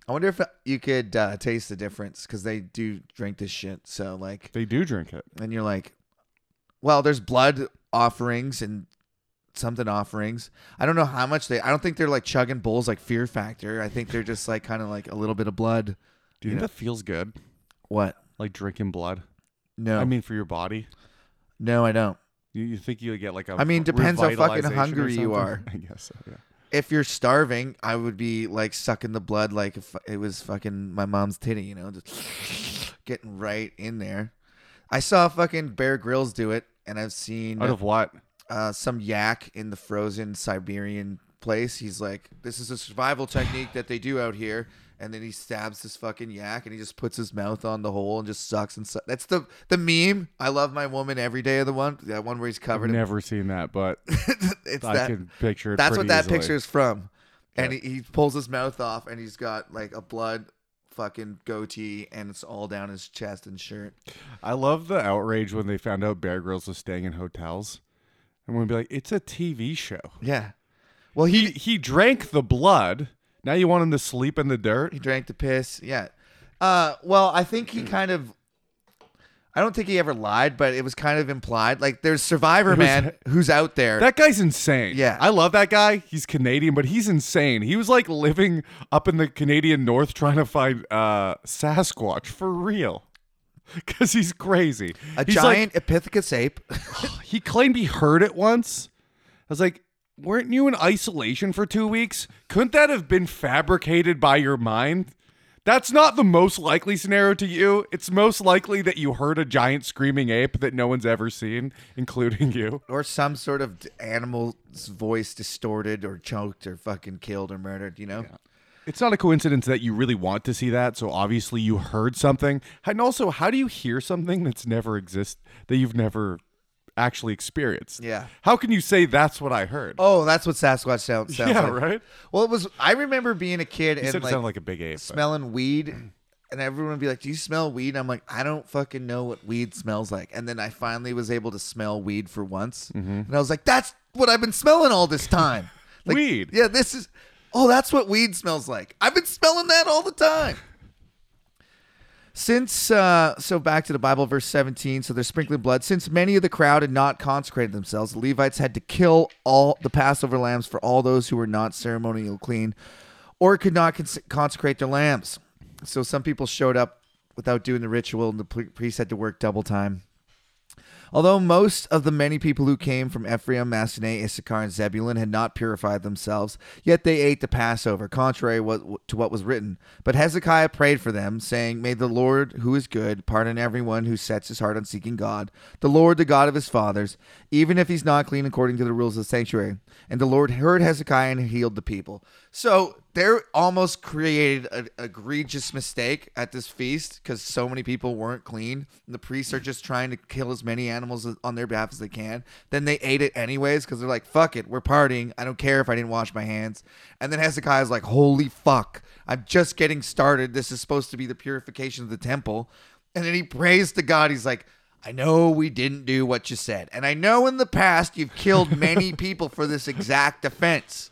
S1: I wonder if you could uh, taste the difference because they do drink this shit. So like,
S2: They do drink it.
S1: and you're like, well, there's blood offerings and something offerings. I don't know how much they. I don't think they're like chugging bowls like Fear Factor. I think they're just like kind of like a little bit of blood.
S2: Do you think that feels good?
S1: What?
S2: Like drinking blood.
S1: No,
S2: I mean, for your body.
S1: no, I don't.
S2: You, you think you get like a?
S1: I mean, depends how fucking
S2: revitalization or
S1: hungry you
S2: something?
S1: are.
S2: I guess so. Yeah.
S1: if you're starving, I would be like sucking the blood like if it was fucking my mom's titty, you know, just getting right in there. I saw fucking Bear Grylls do it, and I've seen
S2: Out of what?
S1: uh, some yak in the frozen Siberian place. He's like, "This is a survival technique that they do out here," and then he stabs this fucking yak, and he just puts his mouth on the hole and just sucks and su- that's the the meme. I love my woman every day of the one that one where he's covered. in
S2: Never seen that, but
S1: it's
S2: I
S1: that.
S2: can picture it.
S1: That's what
S2: pretty
S1: that
S2: easily.
S1: picture is from. And he, he pulls his mouth off and he's got like a blood fucking goatee and it's all down his chest and shirt.
S2: I love the outrage when they found out Bear Grylls was staying in hotels, and we'd be like, "It's a TV show."
S1: Yeah. Well, he
S2: He drank the blood Now you want him to sleep in the dirt?
S1: He drank the piss. Yeah. Uh, well, I think
S2: Mm.
S1: he kind of. I don't think he ever lied, but it was kind of implied. Like there's Survivor
S2: was-
S1: Man who's out there.
S2: That guy's insane.
S1: Yeah.
S2: I love that guy. He's Canadian, but he's insane. He was like living up in the Canadian north trying to find uh Sasquatch for real. Cause he's crazy.
S1: a
S2: He's like-
S1: giant Epithecus ape.
S2: he claimed he heard it once. I was like, weren't you in isolation for two weeks? Couldn't that have been fabricated by your mind? That's not the most likely scenario to you. It's most likely that you heard a giant screaming ape that no one's ever seen, including you.
S1: or some sort of d- animal's voice distorted or choked or fucking killed or murdered, you know?
S2: It's not a coincidence that you really want to see that, so obviously you heard something. And also, how do you hear something that's never exist that you've never actually experienced?
S1: Yeah.
S2: How can you say that's what I heard?
S1: Oh, that's what Sasquatch sounds, sounds
S2: yeah,
S1: like.
S2: right?
S1: Well, it was, I remember being a kid
S2: You
S1: and
S2: said it
S1: like,
S2: sounded like a big ape. but-
S1: smelling weed and everyone would be like, Do you smell weed? I'm like, I don't fucking know what weed smells like. And then I finally was able to smell weed for once.
S2: Mm-hmm.
S1: And I was like, That's what I've been smelling all this time. Like,
S2: Weed.
S1: Yeah, this is, oh, that's what weed smells like. I've been smelling that all the time. Since uh, so back to the Bible, verse seventeen. So they're sprinkling blood. Since many of the crowd had not consecrated themselves, the Levites had to kill all the Passover lambs for all those who were not ceremonial clean, or could not cons- consecrate their lambs. So some people showed up without doing the ritual, and the pri- priest had to work double time. Although most of the many people who came from Ephraim, Masseneh, Issachar, and Zebulun had not purified themselves, yet they ate the Passover, contrary what- to what was written. But Hezekiah prayed for them, saying, May the Lord, who is good, pardon everyone who sets his heart on seeking God, the Lord, the God of his fathers, even if he's not clean according to the rules of the sanctuary. And the Lord heard Hezekiah and healed the people. So they're almost created an egregious mistake at this feast because so many people weren't clean. And the priests are just trying to kill as many animals as- on their behalf as they can. Then they ate it anyways because they're like, fuck it, we're partying. I don't care if I didn't wash my hands. And then Hezekiah's like, holy fuck, I'm just getting started. This is supposed to be the purification of the temple. And then he prays to God. He's like, I know we didn't do what you said. And I know in the past you've killed many people for this exact offense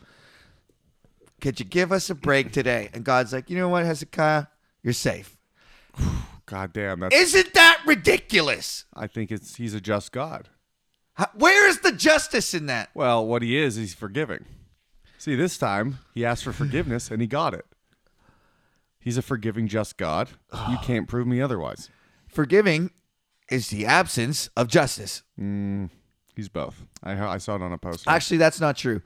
S1: could you give us a break today? And God's like, you know what, Hezekiah, you're safe.
S2: God damn, that's
S1: Isn't that ridiculous?
S2: I think it's he's a just God.
S1: How- Where is the justice in that?
S2: Well, what he is, he's forgiving. See, this time he asked for forgiveness and he got it. He's a forgiving just God. You can't prove me otherwise.
S1: Forgiving is the absence of justice.
S2: He's both. I I saw it on a poster.
S1: Actually, that's not true.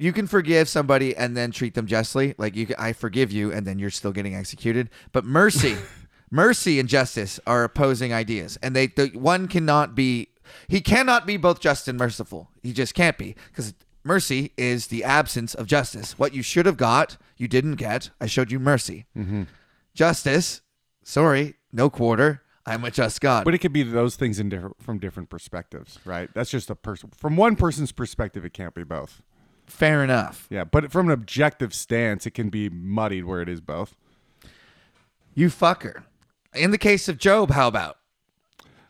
S1: You can forgive somebody and then treat them justly. Like you, can, I forgive you, and then you're still getting executed. But mercy, mercy and justice are opposing ideas, and they the one cannot be. He cannot be both just and merciful. He just can't be because mercy is the absence of justice. What you should have got, you didn't get. I showed you mercy. Justice, sorry, no quarter. I'm a just God.
S2: but it could be those things in different from different perspectives, right? That's just a person from one person's perspective. It can't be both.
S1: Fair enough.
S2: Yeah, but from an objective stance, it can be muddied where it is both.
S1: You fucker. In the case of Job, how about?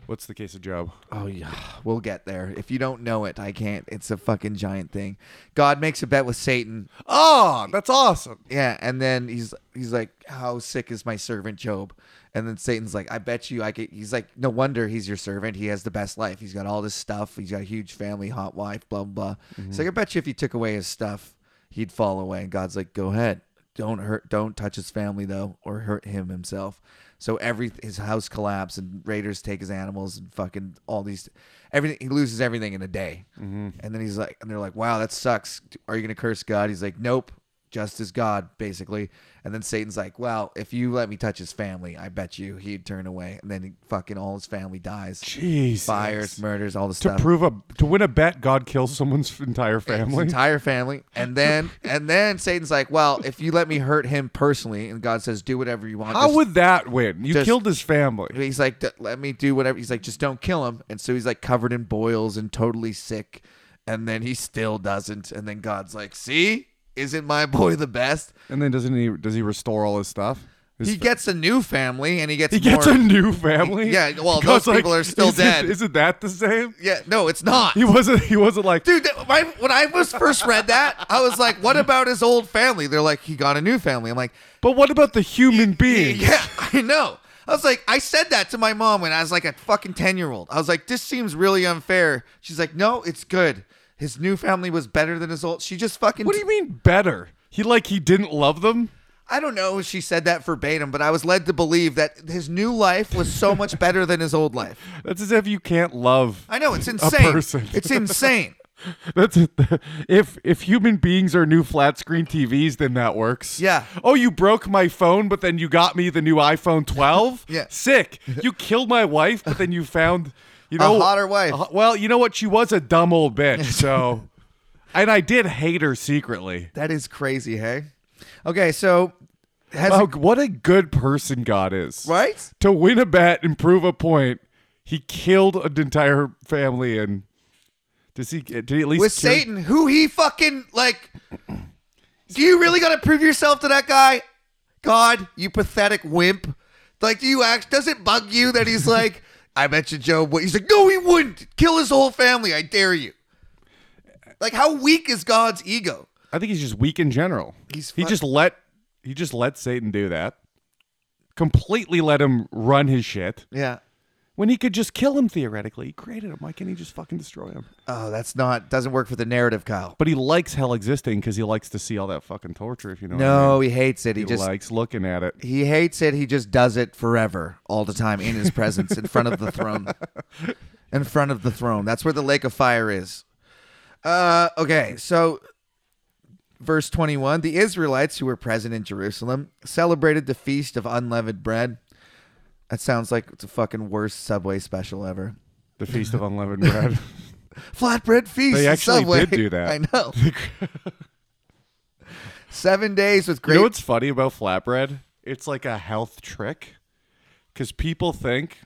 S2: What's the case of Job?
S1: Oh yeah, we'll get there. If you don't know it, I can't. It's a fucking giant thing. God makes a bet with Satan.
S2: Oh, that's awesome.
S1: Yeah, and then he's he's like, "How sick is my servant Job?" And then Satan's like, "I bet you I could." He's like, "No wonder he's your servant. He has the best life. He's got all this stuff. He's got a huge family, hot wife, blah blah." blah. He's like, "I bet you if you took away his stuff, he'd fall away." And God's like, "Go ahead. Don't hurt. Don't touch his family though, or hurt him himself." So every his house collapsed, and raiders take his animals and fucking all these everything. He loses everything in a day, and then he's like, and they're like, "Wow, that sucks. Are you gonna curse God?" He's like, "Nope." just as God, basically. And then Satan's like, well, if you let me touch his family, I bet you he'd turn away. And then he- fucking all his family dies.
S2: Jeez.
S1: Fires, murders, all the
S2: to
S1: stuff.
S2: prove a to win a bet god kills someone's entire
S1: His
S2: family
S1: entire family. And then and then Satan's like, well, if you let me hurt him personally, and God says, do whatever you want.
S2: how
S1: just-
S2: would that win you
S1: just-
S2: killed his family
S1: he's like, "D- let me do whatever. He's like, just don't kill him. And so he's like covered in boils and totally sick. And then he still doesn't. And then God's like, see, isn't my boy the best?
S2: and then doesn't he does he restore all his stuff His
S1: he gets a new family and he gets
S2: He gets
S1: more,
S2: a new family.
S1: Yeah, well,
S2: Because,
S1: those people are still
S2: isn't-
S1: dead.
S2: Isn't that the same?
S1: yeah no it's not
S2: He wasn't. He wasn't like.
S1: dude that, my, when i was first read that i was like what about his old family they're like he got a new family i'm like
S2: But what about the human being?
S1: yeah i know i was like i said that to my mom when i was like a fucking 10 year old i was like this seems really unfair she's like no it's good his new family was better than his old she just fucking
S2: What do you mean better? He like he didn't love them.
S1: i don't know if she said that verbatim but i was led to believe that his new life was so much better than his old life
S2: That's as if you can't love.
S1: i know it's insane
S2: person.
S1: it's insane
S2: That's if if human beings are new flat screen TVs, then that works.
S1: Yeah.
S2: Oh, you broke my phone, but then you got me the new iPhone 12.
S1: Yeah.
S2: Sick. You killed my wife, but then you found, you know,
S1: hotter wife.
S2: ho- well, you know what? She was a dumb old bitch. So, and I did hate her secretly.
S1: that is crazy hey okay so has
S2: Wow, what a good person God is.
S1: right
S2: To win a bet and prove a point, he killed an entire family and. Does he? Did he at least
S1: with
S2: cure-
S1: Satan, who he fucking like. Do you really gotta prove yourself to that guy? God, you pathetic wimp. Like, do you act? Does it bug you that he's like, I bet you Job would? He's like, no, he wouldn't. Kill his whole family. I dare you. Like, how weak is God's ego?
S2: I think he's just weak in general.
S1: He's
S2: he
S1: fu-
S2: just let he just let Satan do that. Completely let him run his shit
S1: Yeah.
S2: when he could just kill him theoretically. He created him. Why can't he just fucking destroy him?
S1: Oh, that's not doesn't work for the narrative, Kyle.
S2: But he likes hell existing because he likes to see all that fucking torture. If you know, what I
S1: No,
S2: mean.
S1: he hates it. He,
S2: Oh, he
S1: just
S2: likes looking at it.
S1: he hates it. He just does it forever, all the time, in his presence, in front of the throne. In front of the throne. That's where the lake of fire is. Uh, okay, so verse 21 The Israelites who were present in Jerusalem celebrated the feast of unleavened bread. That sounds like it's a fucking worst Subway special ever.
S2: The feast of unleavened bread.
S1: Flatbread feast.
S2: They
S1: at
S2: actually
S1: Subway.
S2: did do that.
S1: I know. Seven days with
S2: you
S1: great.
S2: know what's funny about flatbread? It's like a health trick because people think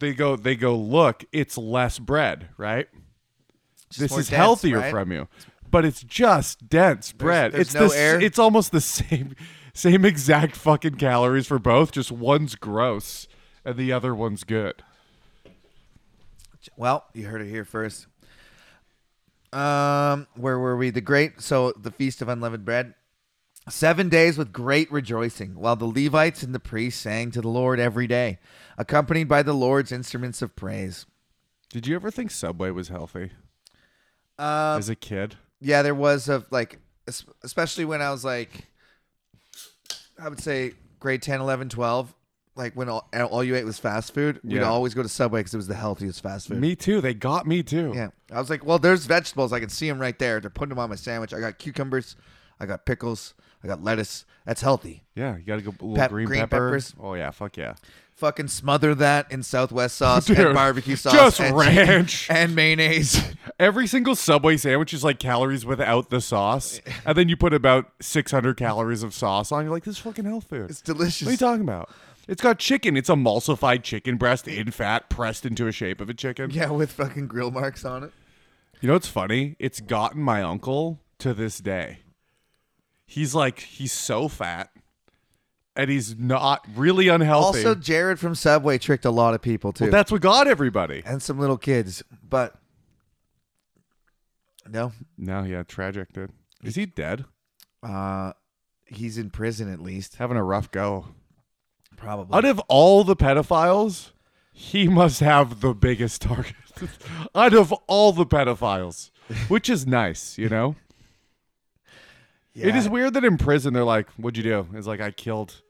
S2: they go they go look. It's less bread, right?
S1: It's
S2: this
S1: more
S2: is
S1: dense,
S2: healthier
S1: right?
S2: from you but it's just dense bread
S1: there's
S2: it's
S1: no
S2: the, s-
S1: air?
S2: it's almost the same same exact fucking calories for both just one's gross and the other one's good
S1: Well, you heard it here first. Um, where were we? The great so the feast of unleavened bread. Seven days with great rejoicing, while the Levites and the priests sang to the Lord every day, accompanied by the Lord's instruments of praise.
S2: did you ever think subway was healthy
S1: Um,
S2: as a kid
S1: yeah, there was of like, es- especially when I was like, I would say grade 10, 11, 12, like when all, all you ate was fast food, we'd
S2: Yeah.
S1: always go to Subway because it was the healthiest fast food.
S2: me too they got me too
S1: Yeah. I was like, well, there's vegetables. I can see them right there. They're putting them on my sandwich. I got cucumbers. I got pickles. I got lettuce. That's healthy.
S2: Yeah, you gotta go a little
S1: Pep-
S2: green,
S1: green
S2: pepper.
S1: peppers.
S2: oh yeah fuck yeah
S1: Fucking smother that in Southwest sauce
S2: Dude,
S1: and barbecue sauce.
S2: just
S1: and,
S2: ranch.
S1: And mayonnaise.
S2: every single subway sandwich is like calories without the sauce and then you put about 600 calories of sauce on you're like this is fucking health food
S1: It's
S2: What are you
S1: delicious.
S2: talking about? It's got chicken. It's emulsified chicken breast in fat pressed into a shape of a chicken.
S1: Yeah, with fucking grill marks on it.
S2: You know what's funny? It's gotten my uncle to this day. He's like he's so fat and he's not really unhealthy.
S1: Also, Jared from Subway tricked a lot of people too,
S2: that's what got everybody.
S1: and some little kids. But no,
S2: No, yeah, tragic, dude. Is he dead?
S1: uh, he's in prison at least.
S2: Having a rough go.
S1: Probably.
S2: Out of all the pedophiles, he must have the biggest target. Out of all the pedophiles, which is nice, you know? It
S1: Yeah.
S2: is weird that in prison they're like, "What'd you do?" It's like I killed,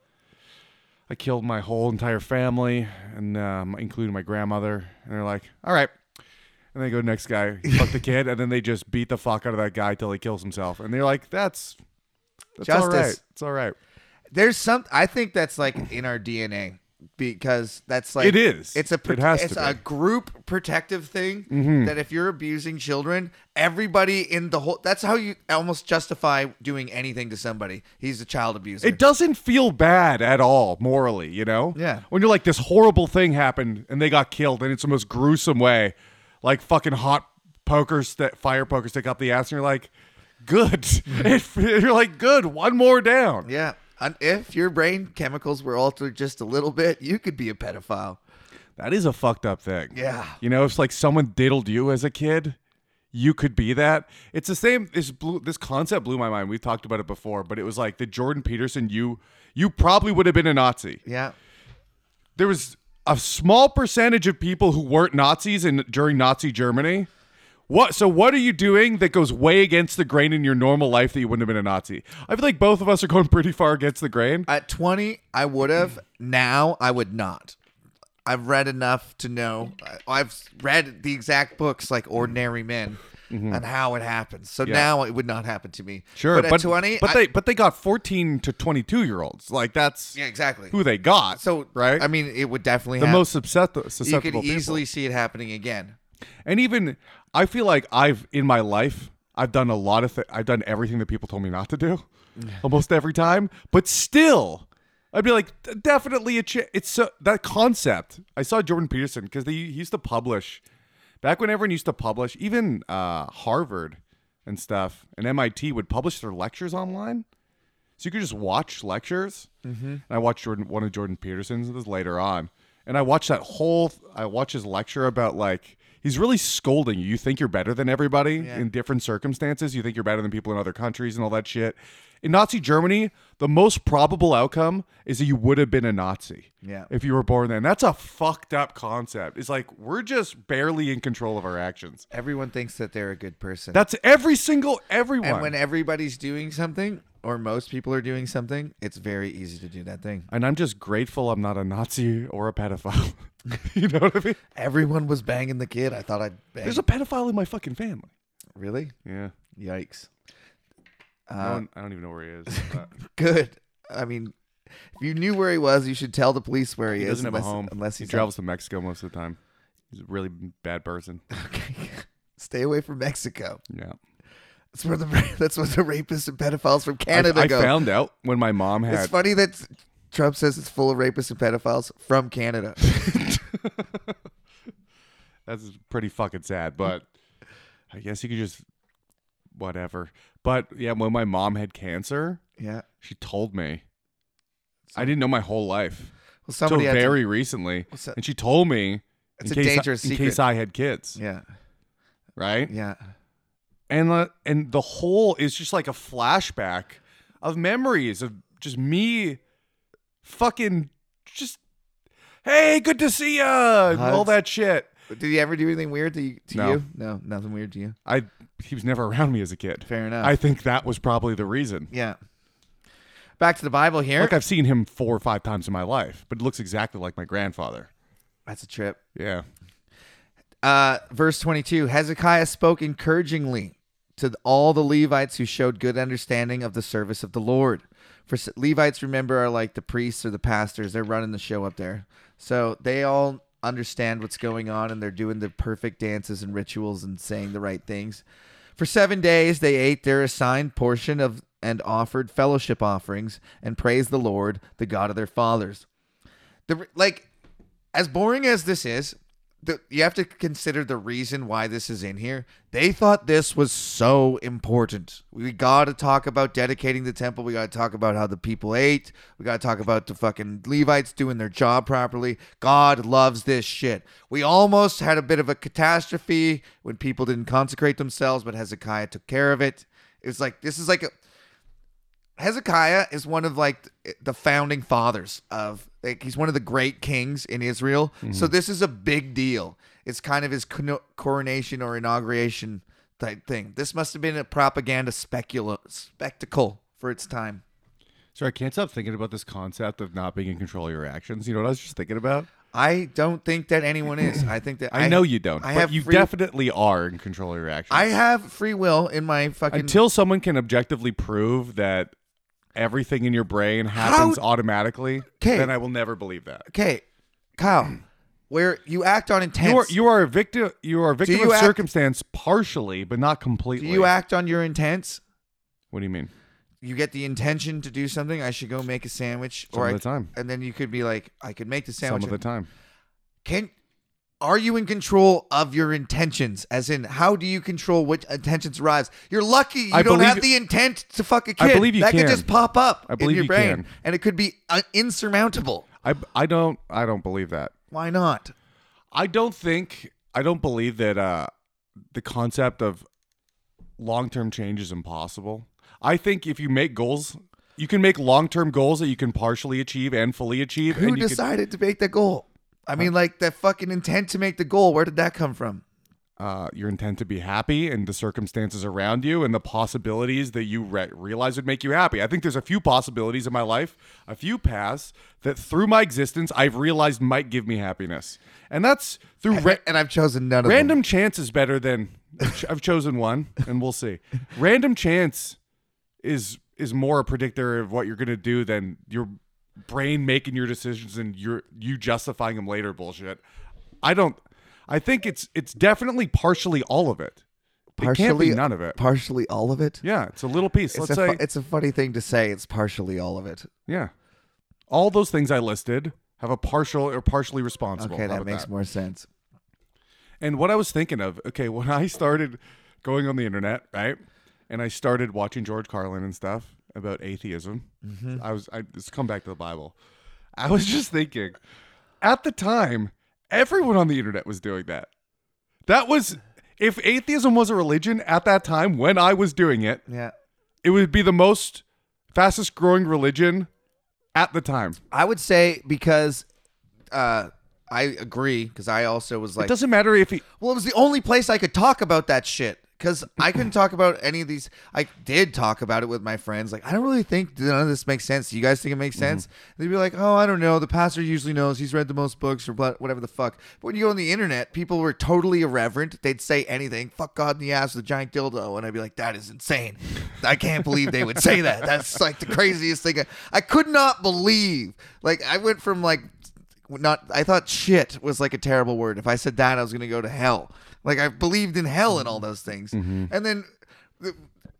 S2: I killed my whole entire family, and um, including my grandmother. And they're like, "All right," and they go next guy, fuck the kid, and then they just beat the fuck out of that guy till he kills himself. And they're like, "That's, that's all
S1: Justice.
S2: right. It's all right.
S1: There's some. I think that's like in our DNA because that's like
S2: It is.
S1: It's a
S2: It has to
S1: it's
S2: be. Mm-hmm.
S1: a group protective thing that if you're abusing children, everybody in the whole that's how you almost justify doing anything to somebody. He's a child abuser.
S2: It doesn't feel bad at all morally, you know?
S1: Yeah.
S2: When you're like, this horrible thing happened and they got killed and it's the most gruesome way, like fucking hot poker stick, fire poker stick up the ass, and you're like, good. It- you're like, good, one more down.
S1: Mm-hmm. yeah. And if your brain chemicals were altered just a little bit, you could be a pedophile.
S2: That is a fucked up thing.
S1: Yeah.
S2: You know, if like someone diddled you as a kid, you could be that. It's the same. This blew, this concept blew my mind. We've talked about it before, but it was like the Jordan Peterson. You you probably would have been a Nazi.
S1: Yeah.
S2: There was a small percentage of people who weren't Nazis in during Nazi Germany. What so what are you doing that goes way against the grain in your normal life that you wouldn't have been a Nazi? I feel like both of us are going pretty far against the grain.
S1: At 20, I would have. Now, I would not. I've read enough to know. I- I've read the exact books like Ordinary Men and how it happens. So now it would not happen to me.
S2: Mm-hmm. Sure,
S1: But
S2: but,
S1: at 20,
S2: but
S1: I-
S2: they but they got 14 to 22 year olds. Like that's
S1: Yeah, exactly.
S2: who they got.
S1: So,
S2: right?
S1: I mean, it would definitely
S2: the
S1: hap-
S2: most susceptible,
S1: You
S2: susceptible
S1: could
S2: people.
S1: easily see it happening again.
S2: and even I feel like I've in my life I've done a lot of th- I've done everything that people told me not to do, almost every time. But still, I'd be like "D- definitely a ch- it's so that concept. I saw Jordan Peterson because they he used to publish back when everyone used to publish, even uh, Harvard and stuff and MIT would publish their lectures online. So you could just watch lectures. Mm-hmm. And I watched Jordan, one of Jordan Peterson's this is later on, and I watched that whole. I watched his lecture about like he's really scolding you. You think you're better than everybody in different circumstances. You think you're better than people in other countries and all that shit. In Nazi Germany, the most probable outcome is that you would have been a Nazi.
S1: Yeah.
S2: If you were born then. That's a fucked up concept. It's like we're just barely in control of our actions.
S1: Everyone thinks that they're a good person.
S2: That's every single everyone.
S1: and when everybody's doing something, or most people are doing something, it's very easy to do that thing.
S2: and I'm just grateful I'm not a Nazi or a pedophile. you know what I mean?
S1: Everyone was banging the kid. I thought I'd bang.
S2: There's a pedophile in my fucking family.
S1: really?
S2: Yeah.
S1: Yikes.
S2: No one- I don't even know where he is. but-
S1: Good. I mean, if you knew where he was, you should tell the police where he,
S2: He
S1: is.
S2: doesn't have a
S1: unless,
S2: home.
S1: Unless
S2: he
S1: he's
S2: travels to Mexico most of the time. He's a really bad person.
S1: Okay. Stay away from Mexico.
S2: Yeah.
S1: That's where the that's where the rapists and pedophiles from
S2: I,
S1: Canada
S2: I
S1: go.
S2: found out when my mom had.
S1: it's funny that Trump says it's full of rapists and pedophiles from Canada.
S2: That's pretty fucking sad, but I guess you could just whatever. But yeah, when my mom had cancer,
S1: yeah.
S2: she told me. I didn't know my whole life
S1: Well,
S2: until
S1: somebody had to-
S2: very recently,
S1: What's that-
S2: and she told me.
S1: It's a
S2: in case I-
S1: dangerous
S2: in
S1: secret.
S2: case I had kids,
S1: yeah.
S2: right?
S1: Yeah.
S2: and the, and the whole is just like a flashback of memories of just me fucking just hey good to see ya and all
S1: Hugs.
S2: that shit
S1: But Did he ever do anything weird to you? To
S2: No.
S1: you? No, nothing weird to you.
S2: i he was never around me as a kid
S1: Fair enough.
S2: i think that was probably the reason
S1: yeah. Back to the Bible here.
S2: like i've seen him four or five times in my life but it looks exactly like my grandfather
S1: That's a trip.
S2: yeah
S1: Uh, verse 22 Hezekiah spoke encouragingly to th- all the Levites who showed good understanding of the service of the Lord. For s- Levites, remember, are like the priests or the pastors. They're running the show up there. So they all understand what's going on and they're doing the perfect dances and rituals and saying the right things. For seven days, they ate their assigned portion of and offered fellowship offerings and praised the Lord, the God of their fathers. The, like, as boring as this is, the, you have to consider the reason why this is in here. They thought this was so important. We got to talk about dedicating the temple. We got to talk about how the people ate. We got to talk about the fucking Levites doing their job properly. God loves this shit. We almost had a bit of a catastrophe when people didn't consecrate themselves, but Hezekiah took care of it. It was like, this is like a. Hezekiah is one of like the founding fathers of like he's one of the great kings in Israel.
S2: Mm-hmm.
S1: So this is a big deal. It's kind of his cono- coronation or inauguration type thing. This must have been a propaganda specula- spectacle for its time.
S2: so i can't stop thinking about this concept of not being in control of your actions you know what i was just thinking about
S1: I don't think that anyone is. I think that
S2: i, know you don't
S1: I
S2: but
S1: have
S2: you
S1: free,
S2: definitely are in control of your actions
S1: I have free will in my fucking
S2: until someone can objectively prove that everything in your brain happens automatically,
S1: 'Kay.
S2: then I will never believe that.
S1: Okay, Kyle, where you act on intent.
S2: You are you are a victim. You are a victim
S1: you
S2: of
S1: act-
S2: circumstance partially, but not completely.
S1: do you act on your intents?
S2: What do you mean?
S1: you get the intention to do something. I should go make a sandwich,
S2: Some
S1: or
S2: of
S1: I,
S2: the time.
S1: and then you could be like, I could make the
S2: Some
S1: sandwich.
S2: of the time.
S1: Can are you in control of your intentions? As in, how do you control which intentions rise? You're lucky you
S2: I
S1: don't
S2: believe-
S1: have the intent to fuck a kid.
S2: I believe you
S1: that
S2: can.
S1: could just pop up
S2: I
S1: in
S2: believe
S1: your
S2: you
S1: brain,
S2: can.
S1: and it could be uh, insurmountable.
S2: I I don't I don't believe that.
S1: Why not?
S2: I don't think I don't believe that uh, the concept of long term change is impossible. I think if you make goals, you can make long term goals that you can partially achieve and fully achieve.
S1: Who
S2: and you Uh,
S1: decided to make that goal? I mean, like that fucking intent to make the goal. Where did that come from?
S2: Can, uh, your intent to be happy and the circumstances around you and the possibilities that you re- realize would make you happy. I think there's a few possibilities in my life, a few paths that through my existence I've realized might give me happiness, and that's through. Re-
S1: and I've chosen none of them.
S2: Random chance is better than I've chosen one, and we'll see. Random chance is is more a predictor of what you're gonna do than your brain making your decisions and your you justifying them later bullshit. I don't. I think it's it's definitely partially all of it. it can't be none of it.
S1: Partially all of it.
S2: Yeah, it's a little piece.
S1: It's
S2: Let's
S1: a,
S2: say
S1: fu- it's a funny thing to say. It's partially all of it.
S2: yeah. All those things I listed have a partial or partially responsible.
S1: Okay,
S2: How
S1: that
S2: about
S1: makes more sense.
S2: And what I was thinking of, okay, when I started going on the internet, right, and I started watching George Carlin and stuff about atheism, I was, I let's come back to the Bible. I was just thinking, at the time, everyone on the internet was doing that. That was, if atheism was a religion at that time when I was doing it,
S1: Yeah.
S2: it would be the most fastest growing religion at the time.
S1: I would say because uh, I agree because I also was
S2: It
S1: like,
S2: doesn't matter if he,
S1: well, it was the only place I could talk about that shit because I couldn't talk about any of these. I did talk about it with my friends. Like, I don't really think none of this makes sense. Do you guys think it makes sense? They'd be like, oh, I don't know. The pastor usually knows. He's read the most books or blah- whatever the fuck. But when you go on the internet, people were totally irreverent. They'd say anything. Fuck God in the ass with a giant dildo, and I'd be like, that is insane. I can't believe they would say that. That's like the craziest thing. I, I could not believe. Like, I went from like not I thought shit was like a terrible word. If I said that, I was gonna go to hell. Like I believed in hell and all those things. And then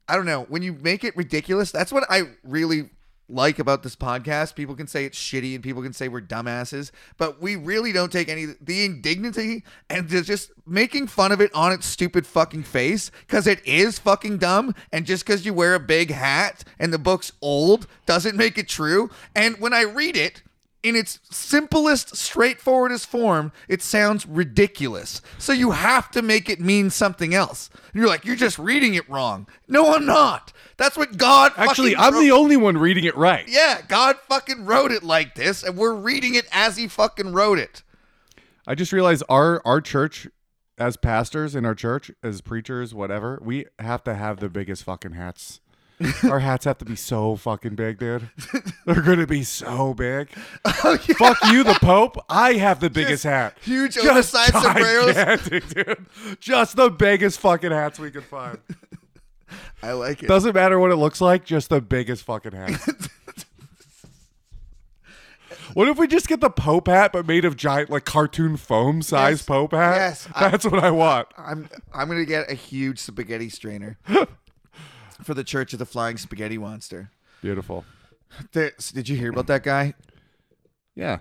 S1: I don't know when you make it ridiculous. That's what I really like about this podcast. People can say it's shitty and people can say we're dumbasses, but we really don't take any the indignity and the just making fun of it on its stupid fucking face because it is fucking dumb. And just because you wear a big hat and the book's old doesn't make it true. And when I read it in its simplest, straightforwardest form, it sounds ridiculous. So you have to make it mean something else. And you're like, you're just reading it wrong. No, I'm not. That's what God
S2: actually,
S1: fucking
S2: I'm
S1: wrote.
S2: the only one reading it right.
S1: yeah, God fucking wrote it like this, and we're reading it as He fucking wrote it.
S2: I just realized our our church as pastors in our church as preachers whatever we have to have the biggest fucking hats. our hats have to be so fucking big, dude. They're gonna be so big. Fuck you, the Pope. I have the biggest hat.
S1: Oh, huge oversized sombreros.
S2: gigantic, dude. Just the biggest fucking hats we could find.
S1: I like it.
S2: Doesn't matter what it looks like, just the biggest fucking hat. what if we just get the Pope hat, but made of giant, like cartoon foam size
S1: Yes.
S2: Pope hat?
S1: Yes. I-
S2: That's what I want.
S1: I'm I'm gonna get a huge spaghetti strainer for the Church of the Flying Spaghetti Monster.
S2: Beautiful.
S1: There- did you hear about that guy?
S2: Yeah.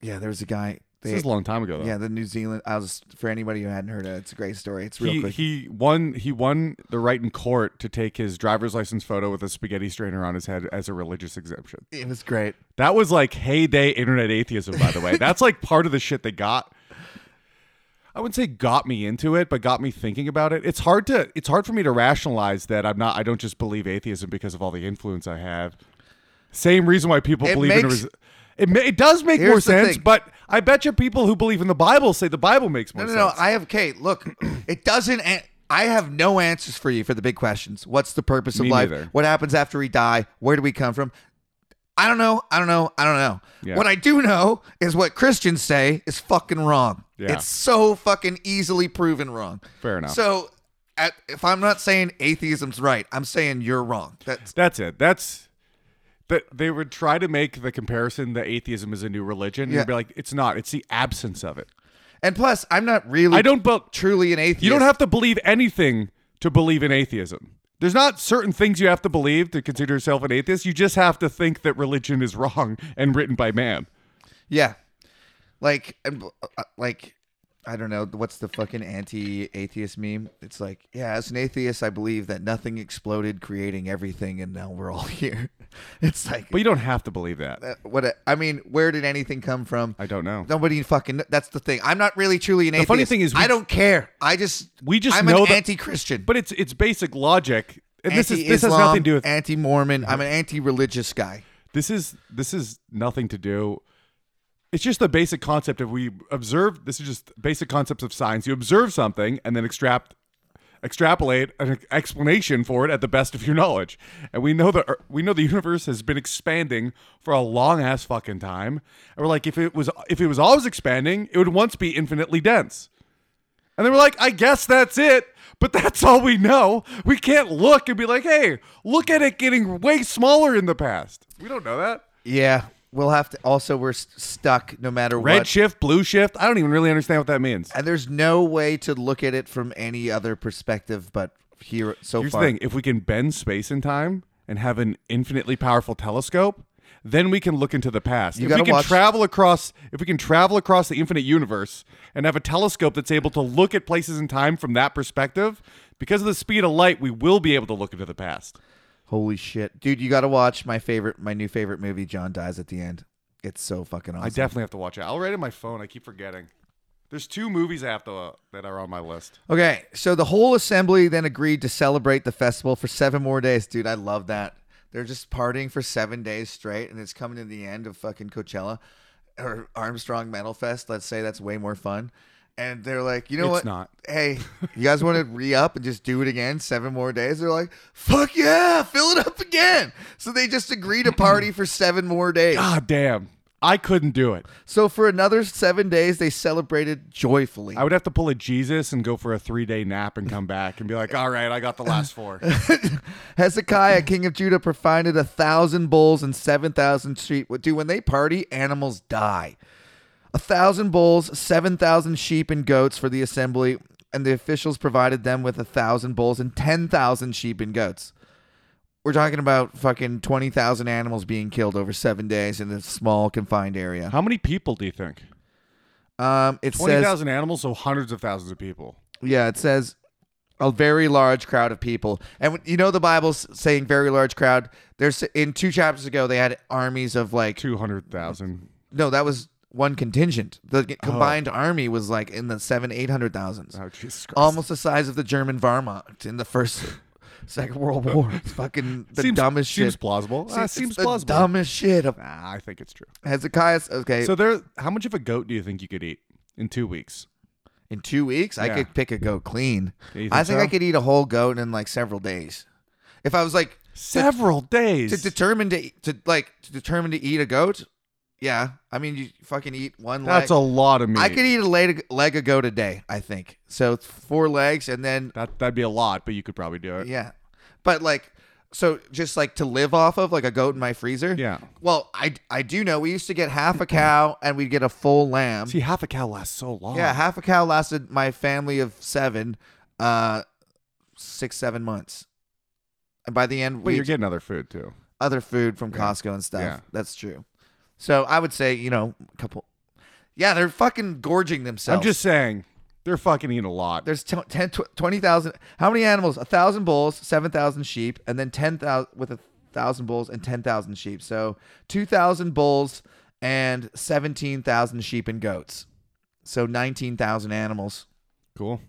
S1: Yeah, there was a guy.
S2: This
S1: they-
S2: is a long time ago, though.
S1: Yeah, the New Zealand. I was for anybody who hadn't heard it. It's a great story. It's real
S2: He,
S1: quick.
S2: he won he won the right in court to take his driver's license photo with a spaghetti strainer on his head as a religious exemption.
S1: it was great.
S2: That was like heyday internet atheism, by the way. That's like part of the shit that got. I wouldn't say got me into it, but got me thinking about it. It's hard to it's hard for me to rationalize that I'm not I don't just believe atheism because of all the influence I have. Same reason why people
S1: It
S2: believe in
S1: makes-
S2: res- it, ma- it does make
S1: Here's
S2: more
S1: the
S2: sense,
S1: thing.
S2: but I bet you people who believe in the Bible say the Bible makes more
S1: No, no,
S2: sense.
S1: no. I have okay. Look, it doesn't. An- I have no answers for you for the big questions. What's the purpose of
S2: Me
S1: life?
S2: neither.
S1: What happens after we die? Where do we come from? I don't know. I don't know. I don't know.
S2: Yeah.
S1: What I do know is what Christians say is fucking wrong.
S2: Yeah.
S1: It's so fucking easily proven wrong.
S2: Fair enough.
S1: So, at, if I'm not saying atheism's right, I'm saying you're wrong. That's
S2: That's it. That's that they would try to make the comparison that atheism is a new religion. And
S1: Yeah.
S2: you'd be like, it's not. It's the absence of it.
S1: and plus, I'm not really.
S2: I don't but
S1: truly an atheist.
S2: You don't have to believe anything to believe in atheism. There's not certain things you have to believe to consider yourself an atheist. You just have to think that religion is wrong and written by man.
S1: um, Yeah, uh, like and, uh, like I don't know what's the fucking anti-atheist meme. It's like, yeah, as an atheist, I believe that nothing exploded, creating everything, and now we're all here. It's like,
S2: But you don't have to believe that.
S1: uh, what? A, I mean, where did anything come from?
S2: I don't know.
S1: Nobody fucking. kn- That's the thing. I'm not really truly an atheist.
S2: funny thing is we-
S1: I don't care. I just
S2: We just
S1: I'm
S2: know
S1: an
S2: that-
S1: anti-Christian.
S2: But it's it's basic logic. And this is this has nothing to do with
S1: anti-Mormon. I'm an anti-religious guy.
S2: this is this is nothing to do it's just the basic concept of we observe this is just basic concepts of science you observe something and then extract extrapolate an explanation for it at the best of your knowledge and we know that we know the universe has been expanding for a long ass fucking time and we're like if it was if it was always expanding it would once be infinitely dense and they were like, I guess that's it. But that's all we know. We can't look and be like, hey, look at it getting way smaller in the past. We don't know that.
S1: Yeah, we'll have to. Also, we're st- stuck no matter
S2: Red
S1: what.
S2: shift, blue shift. I don't even really understand what that means.
S1: and there's no way to look at it from any other perspective but here so
S2: Here's
S1: far.
S2: the thing if we can bend space and time and have an infinitely powerful telescope, then we can look into the past. if
S1: gotta
S2: we can
S1: watch-
S2: travel across if we can travel across the infinite universe and have a telescope that's able to look at places and time from that perspective, because of the speed of light, we will be able to look into the past.
S1: Holy shit, dude! You got to watch my favorite, my new favorite movie. John dies at the end. It's so fucking
S2: I
S1: awesome.
S2: definitely have to watch it. I'll write it in my phone. I keep forgetting. There's two movies I have to uh, that are on my list.
S1: okay, so the whole assembly then agreed to celebrate the festival for seven more days, dude. I love that. They're just partying for seven days straight, and it's coming to the end of fucking Coachella or Armstrong Metal Fest. Let's say that's way more fun. And they're like, you know
S2: It's
S1: what?
S2: not.
S1: Hey, you guys want to re up and just do it again seven more days? They're like, fuck yeah, fill it up again. So they just agree to party for seven more days.
S2: God Ah, damn. I couldn't do it.
S1: So for another seven days, they celebrated joyfully.
S2: I would have to pull a Jesus and go for a three day nap and come back and be like, all right, I got the last four.
S1: Hezekiah, king of Judah, provided a thousand bulls and seven thousand sheep. Dude, when they party, animals die. A thousand bulls, seven thousand sheep and goats for the assembly, and the officials provided them with a thousand bulls and ten thousand sheep and goats. We're talking about fucking twenty thousand animals being killed over seven days in a small confined area.
S2: How many people do you think?
S1: Um, it says
S2: 20,000 animals, so hundreds of thousands of people.
S1: Yeah, it says a very large crowd of people. And when- you know the Bible's saying very large crowd. There's in two chapters ago they had armies of like
S2: 200,000.
S1: no, that was one contingent. The combined army was like in the seven, eight hundred thousands.
S2: Oh, Jesus Christ.
S1: Almost the size of the German Wehrmacht in the first Second World War. It's fucking the
S2: seems,
S1: dumbest
S2: seems
S1: shit.
S2: plausible. Ah,
S1: It's
S2: seems
S1: the
S2: plausible.
S1: dumbest shit. Of
S2: Nah, I think it's true.
S1: Hezekiah. Okay,
S2: So there, how much of a goat do you think you could eat in two weeks?
S1: in two weeks I
S2: Yeah.
S1: could pick a goat clean.
S2: Yeah, you
S1: I
S2: think
S1: think
S2: so?
S1: I could eat a whole goat in like several days. If I was like
S2: Several days.
S1: to determine to e, to like to determine to eat a goat. Yeah, I mean you fucking eat one
S2: That's a
S1: leg.
S2: lot of meat.
S1: I could eat a leg leg of goat a day, I think. So it's four legs and then
S2: That that'd be a lot, but you could probably do it.
S1: yeah, but like so just like to live off of like a goat in my freezer.
S2: Yeah.
S1: Well, I I do know we used to get half a cow and we'd get a full lamb.
S2: See, half a cow lasts so long.
S1: Yeah, half a cow lasted my family of seven, uh, six seven months, and by the end
S2: but
S1: we
S2: you're getting other food too.
S1: other food from Costco and stuff.
S2: Yeah.
S1: That's true. So I would say, you know, a couple. Yeah, they're fucking gorging themselves.
S2: I'm just saying, they're fucking eating a lot.
S1: There's t- 10, tw- 20,000. How many animals? A 1,000 bulls, 7,000 sheep, and then 10,000 with a 1,000 bulls and 10,000 sheep. So 2,000 bulls and 17,000 sheep and goats. So 19,000 animals.
S2: Cool.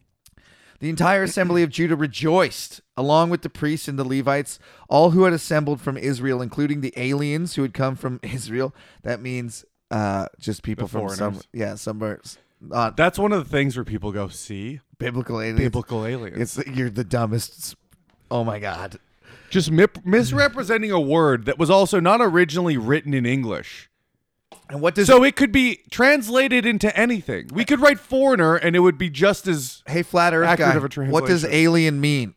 S1: The entire assembly of Judah rejoiced, along with the priests and the Levites, all who had assembled from Israel, including the aliens who had come from Israel. That means uh, just people from some,
S2: foreigners.
S1: yeah, somewhere, not
S2: That's one of the things where people go, see,
S1: biblical aliens.
S2: biblical aliens.
S1: It's you're the dumbest. Oh my god.
S2: just mip- misrepresenting a word that was also not originally written in English.
S1: And what does
S2: So it could be translated into anything. We could write foreigner and it would be just as
S1: hey flat Earth
S2: Accurate
S1: guy?
S2: of a
S1: What does
S2: translation.
S1: alien mean?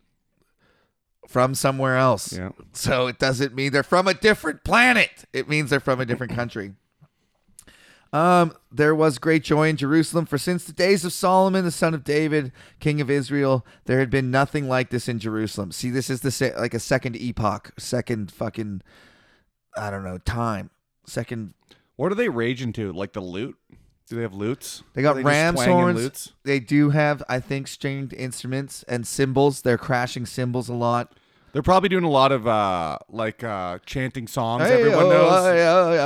S1: From somewhere else.
S2: Yeah.
S1: So it doesn't mean they're from a different planet. It means they're from a different country. Um, there was great joy in Jerusalem, for since the days of Solomon, the son of David, king of Israel, there had been nothing like this in Jerusalem. See, this is the se- like a second epoch, second fucking, I don't know, time, second
S2: What are they raging to? Like the loot? Do they have lutes?
S1: They got
S2: Are just
S1: ram's
S2: twanging
S1: horns.
S2: Lutes?
S1: They do have, I think, stringed instruments and cymbals. They're crashing cymbals a lot.
S2: They're probably doing a lot of uh like uh chanting songs.
S1: Hey,
S2: Everyone
S1: oh,
S2: knows.
S1: hey, oh, oh,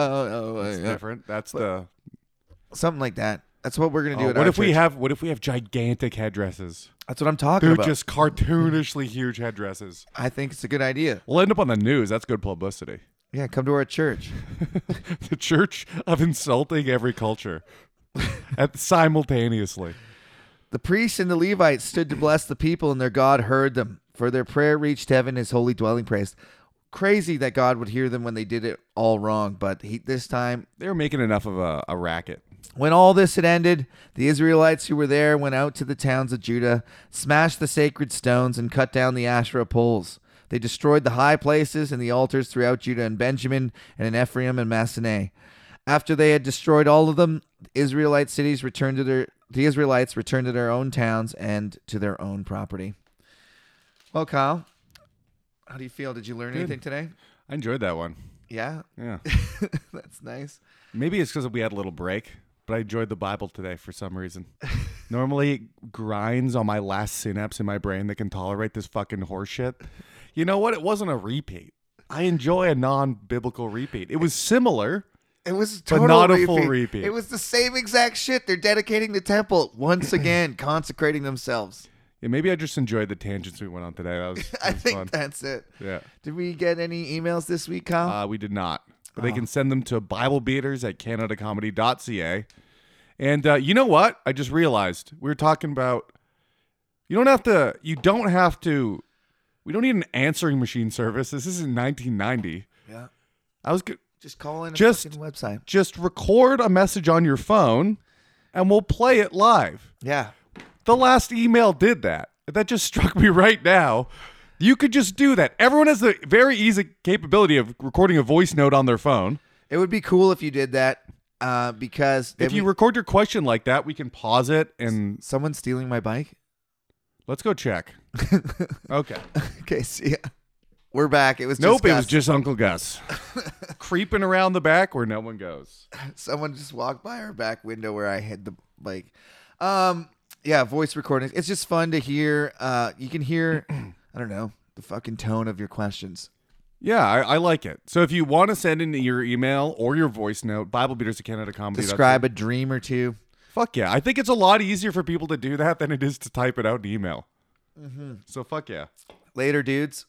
S1: oh, oh,
S2: It's
S1: yeah.
S2: different. That's the.
S1: Something like that. That's what we're gonna do.
S2: Oh,
S1: at
S2: what
S1: our
S2: if we
S1: church.
S2: have? What if we have gigantic headdresses?
S1: That's what I'm talking
S2: They're
S1: about.
S2: just cartoonishly huge headdresses.
S1: I think it's a good idea.
S2: We'll end up on the news. That's good publicity.
S1: Yeah, come to our church.
S2: the church of insulting every culture at simultaneously.
S1: The priests and the Levites stood to bless the people, and their God heard them, for their prayer reached heaven, his holy dwelling place. Crazy that God would hear them when they did it all wrong, but he, this time,
S2: They were making enough of a, a racket.
S1: when all this had ended, the Israelites who were there went out to the towns of Judah, smashed the sacred stones, and cut down the Asherah poles. They destroyed the high places and the altars throughout Judah and Benjamin and in Ephraim and Massaneh. After they had destroyed all of them, the Israelite cities returned to their the Israelites returned to their own towns and to their own property. Well, Kyle, how do you feel? Did you learn anything today?
S2: I enjoyed that one.
S1: Yeah,
S2: Yeah.
S1: that's nice.
S2: Maybe it's because we had a little break, but I enjoyed the Bible today for some reason. Normally, it grinds on my last synapse in my brain that can tolerate this fucking horseshit. You know what? It wasn't a repeat. I enjoy a non biblical repeat. It was similar.
S1: It was
S2: But
S1: total
S2: not
S1: repeat.
S2: a full repeat.
S1: It was the same exact shit. They're dedicating the temple once again, consecrating themselves.
S2: Yeah, maybe I just enjoyed the tangents we went on today. That was, that
S1: I
S2: was
S1: think
S2: fun.
S1: that's it.
S2: yeah.
S1: Did we get any emails this week, Kyle?
S2: Uh, we did not. But they can send them to BibleBeaters at CanadaComedy.ca. And uh, you know what? I just realized we were talking about. You don't have to. You don't have to. We don't need an answering machine service. This isn't 1990.
S1: yeah.
S2: I was go-
S1: Just call in a
S2: just-
S1: fucking website.
S2: just record a message on your phone, and we'll play it live.
S1: Yeah.
S2: The last email did that. That just struck me right now. You could just do that. Everyone has the very easy capability of recording a voice note on their phone.
S1: It would be cool if you did that uh, because
S2: if
S1: then
S2: you
S1: we-
S2: record your question like that, we can pause it and
S1: someone's stealing my bike.
S2: let's go check. Okay.
S1: okay, see ya. We're back. It was just
S2: nope, it
S1: Gus.
S2: was just Uncle Gus creeping around the back where no one goes.
S1: someone just walked by our back window where I hid the bike. Um, yeah, voice recordings. It's just fun to hear. Uh, you can hear, I don't know, the fucking tone of your questions.
S2: Yeah, I, I like it. So if you want to send in your email or your voice note, Bible Beaters at Canada Comedy.
S1: Describe a dream or two.
S2: Fuck yeah. I think it's a lot easier for people to do that than it is to type it out in email. So fuck yeah.
S1: Later, dudes.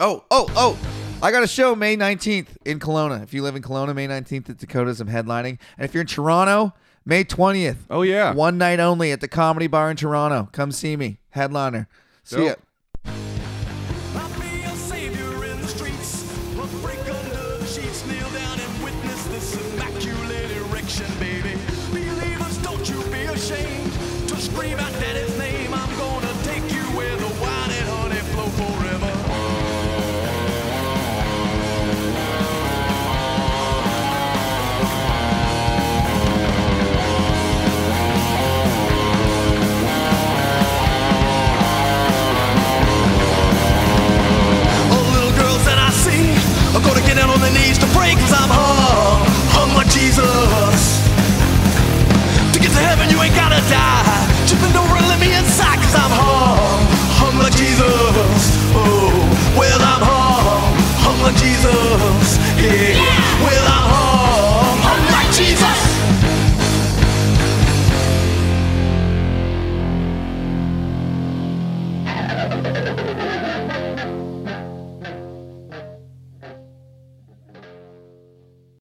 S1: Oh, oh, oh. I got a show May 19th in Kelowna. If you live in Kelowna, May 19th at Dakotas, I'm headlining. And if you're in Toronto, May 20th.
S2: Oh yeah.
S1: One night only at the Comedy Bar in Toronto. Come see me. Headliner. See
S2: Dope.
S1: ya.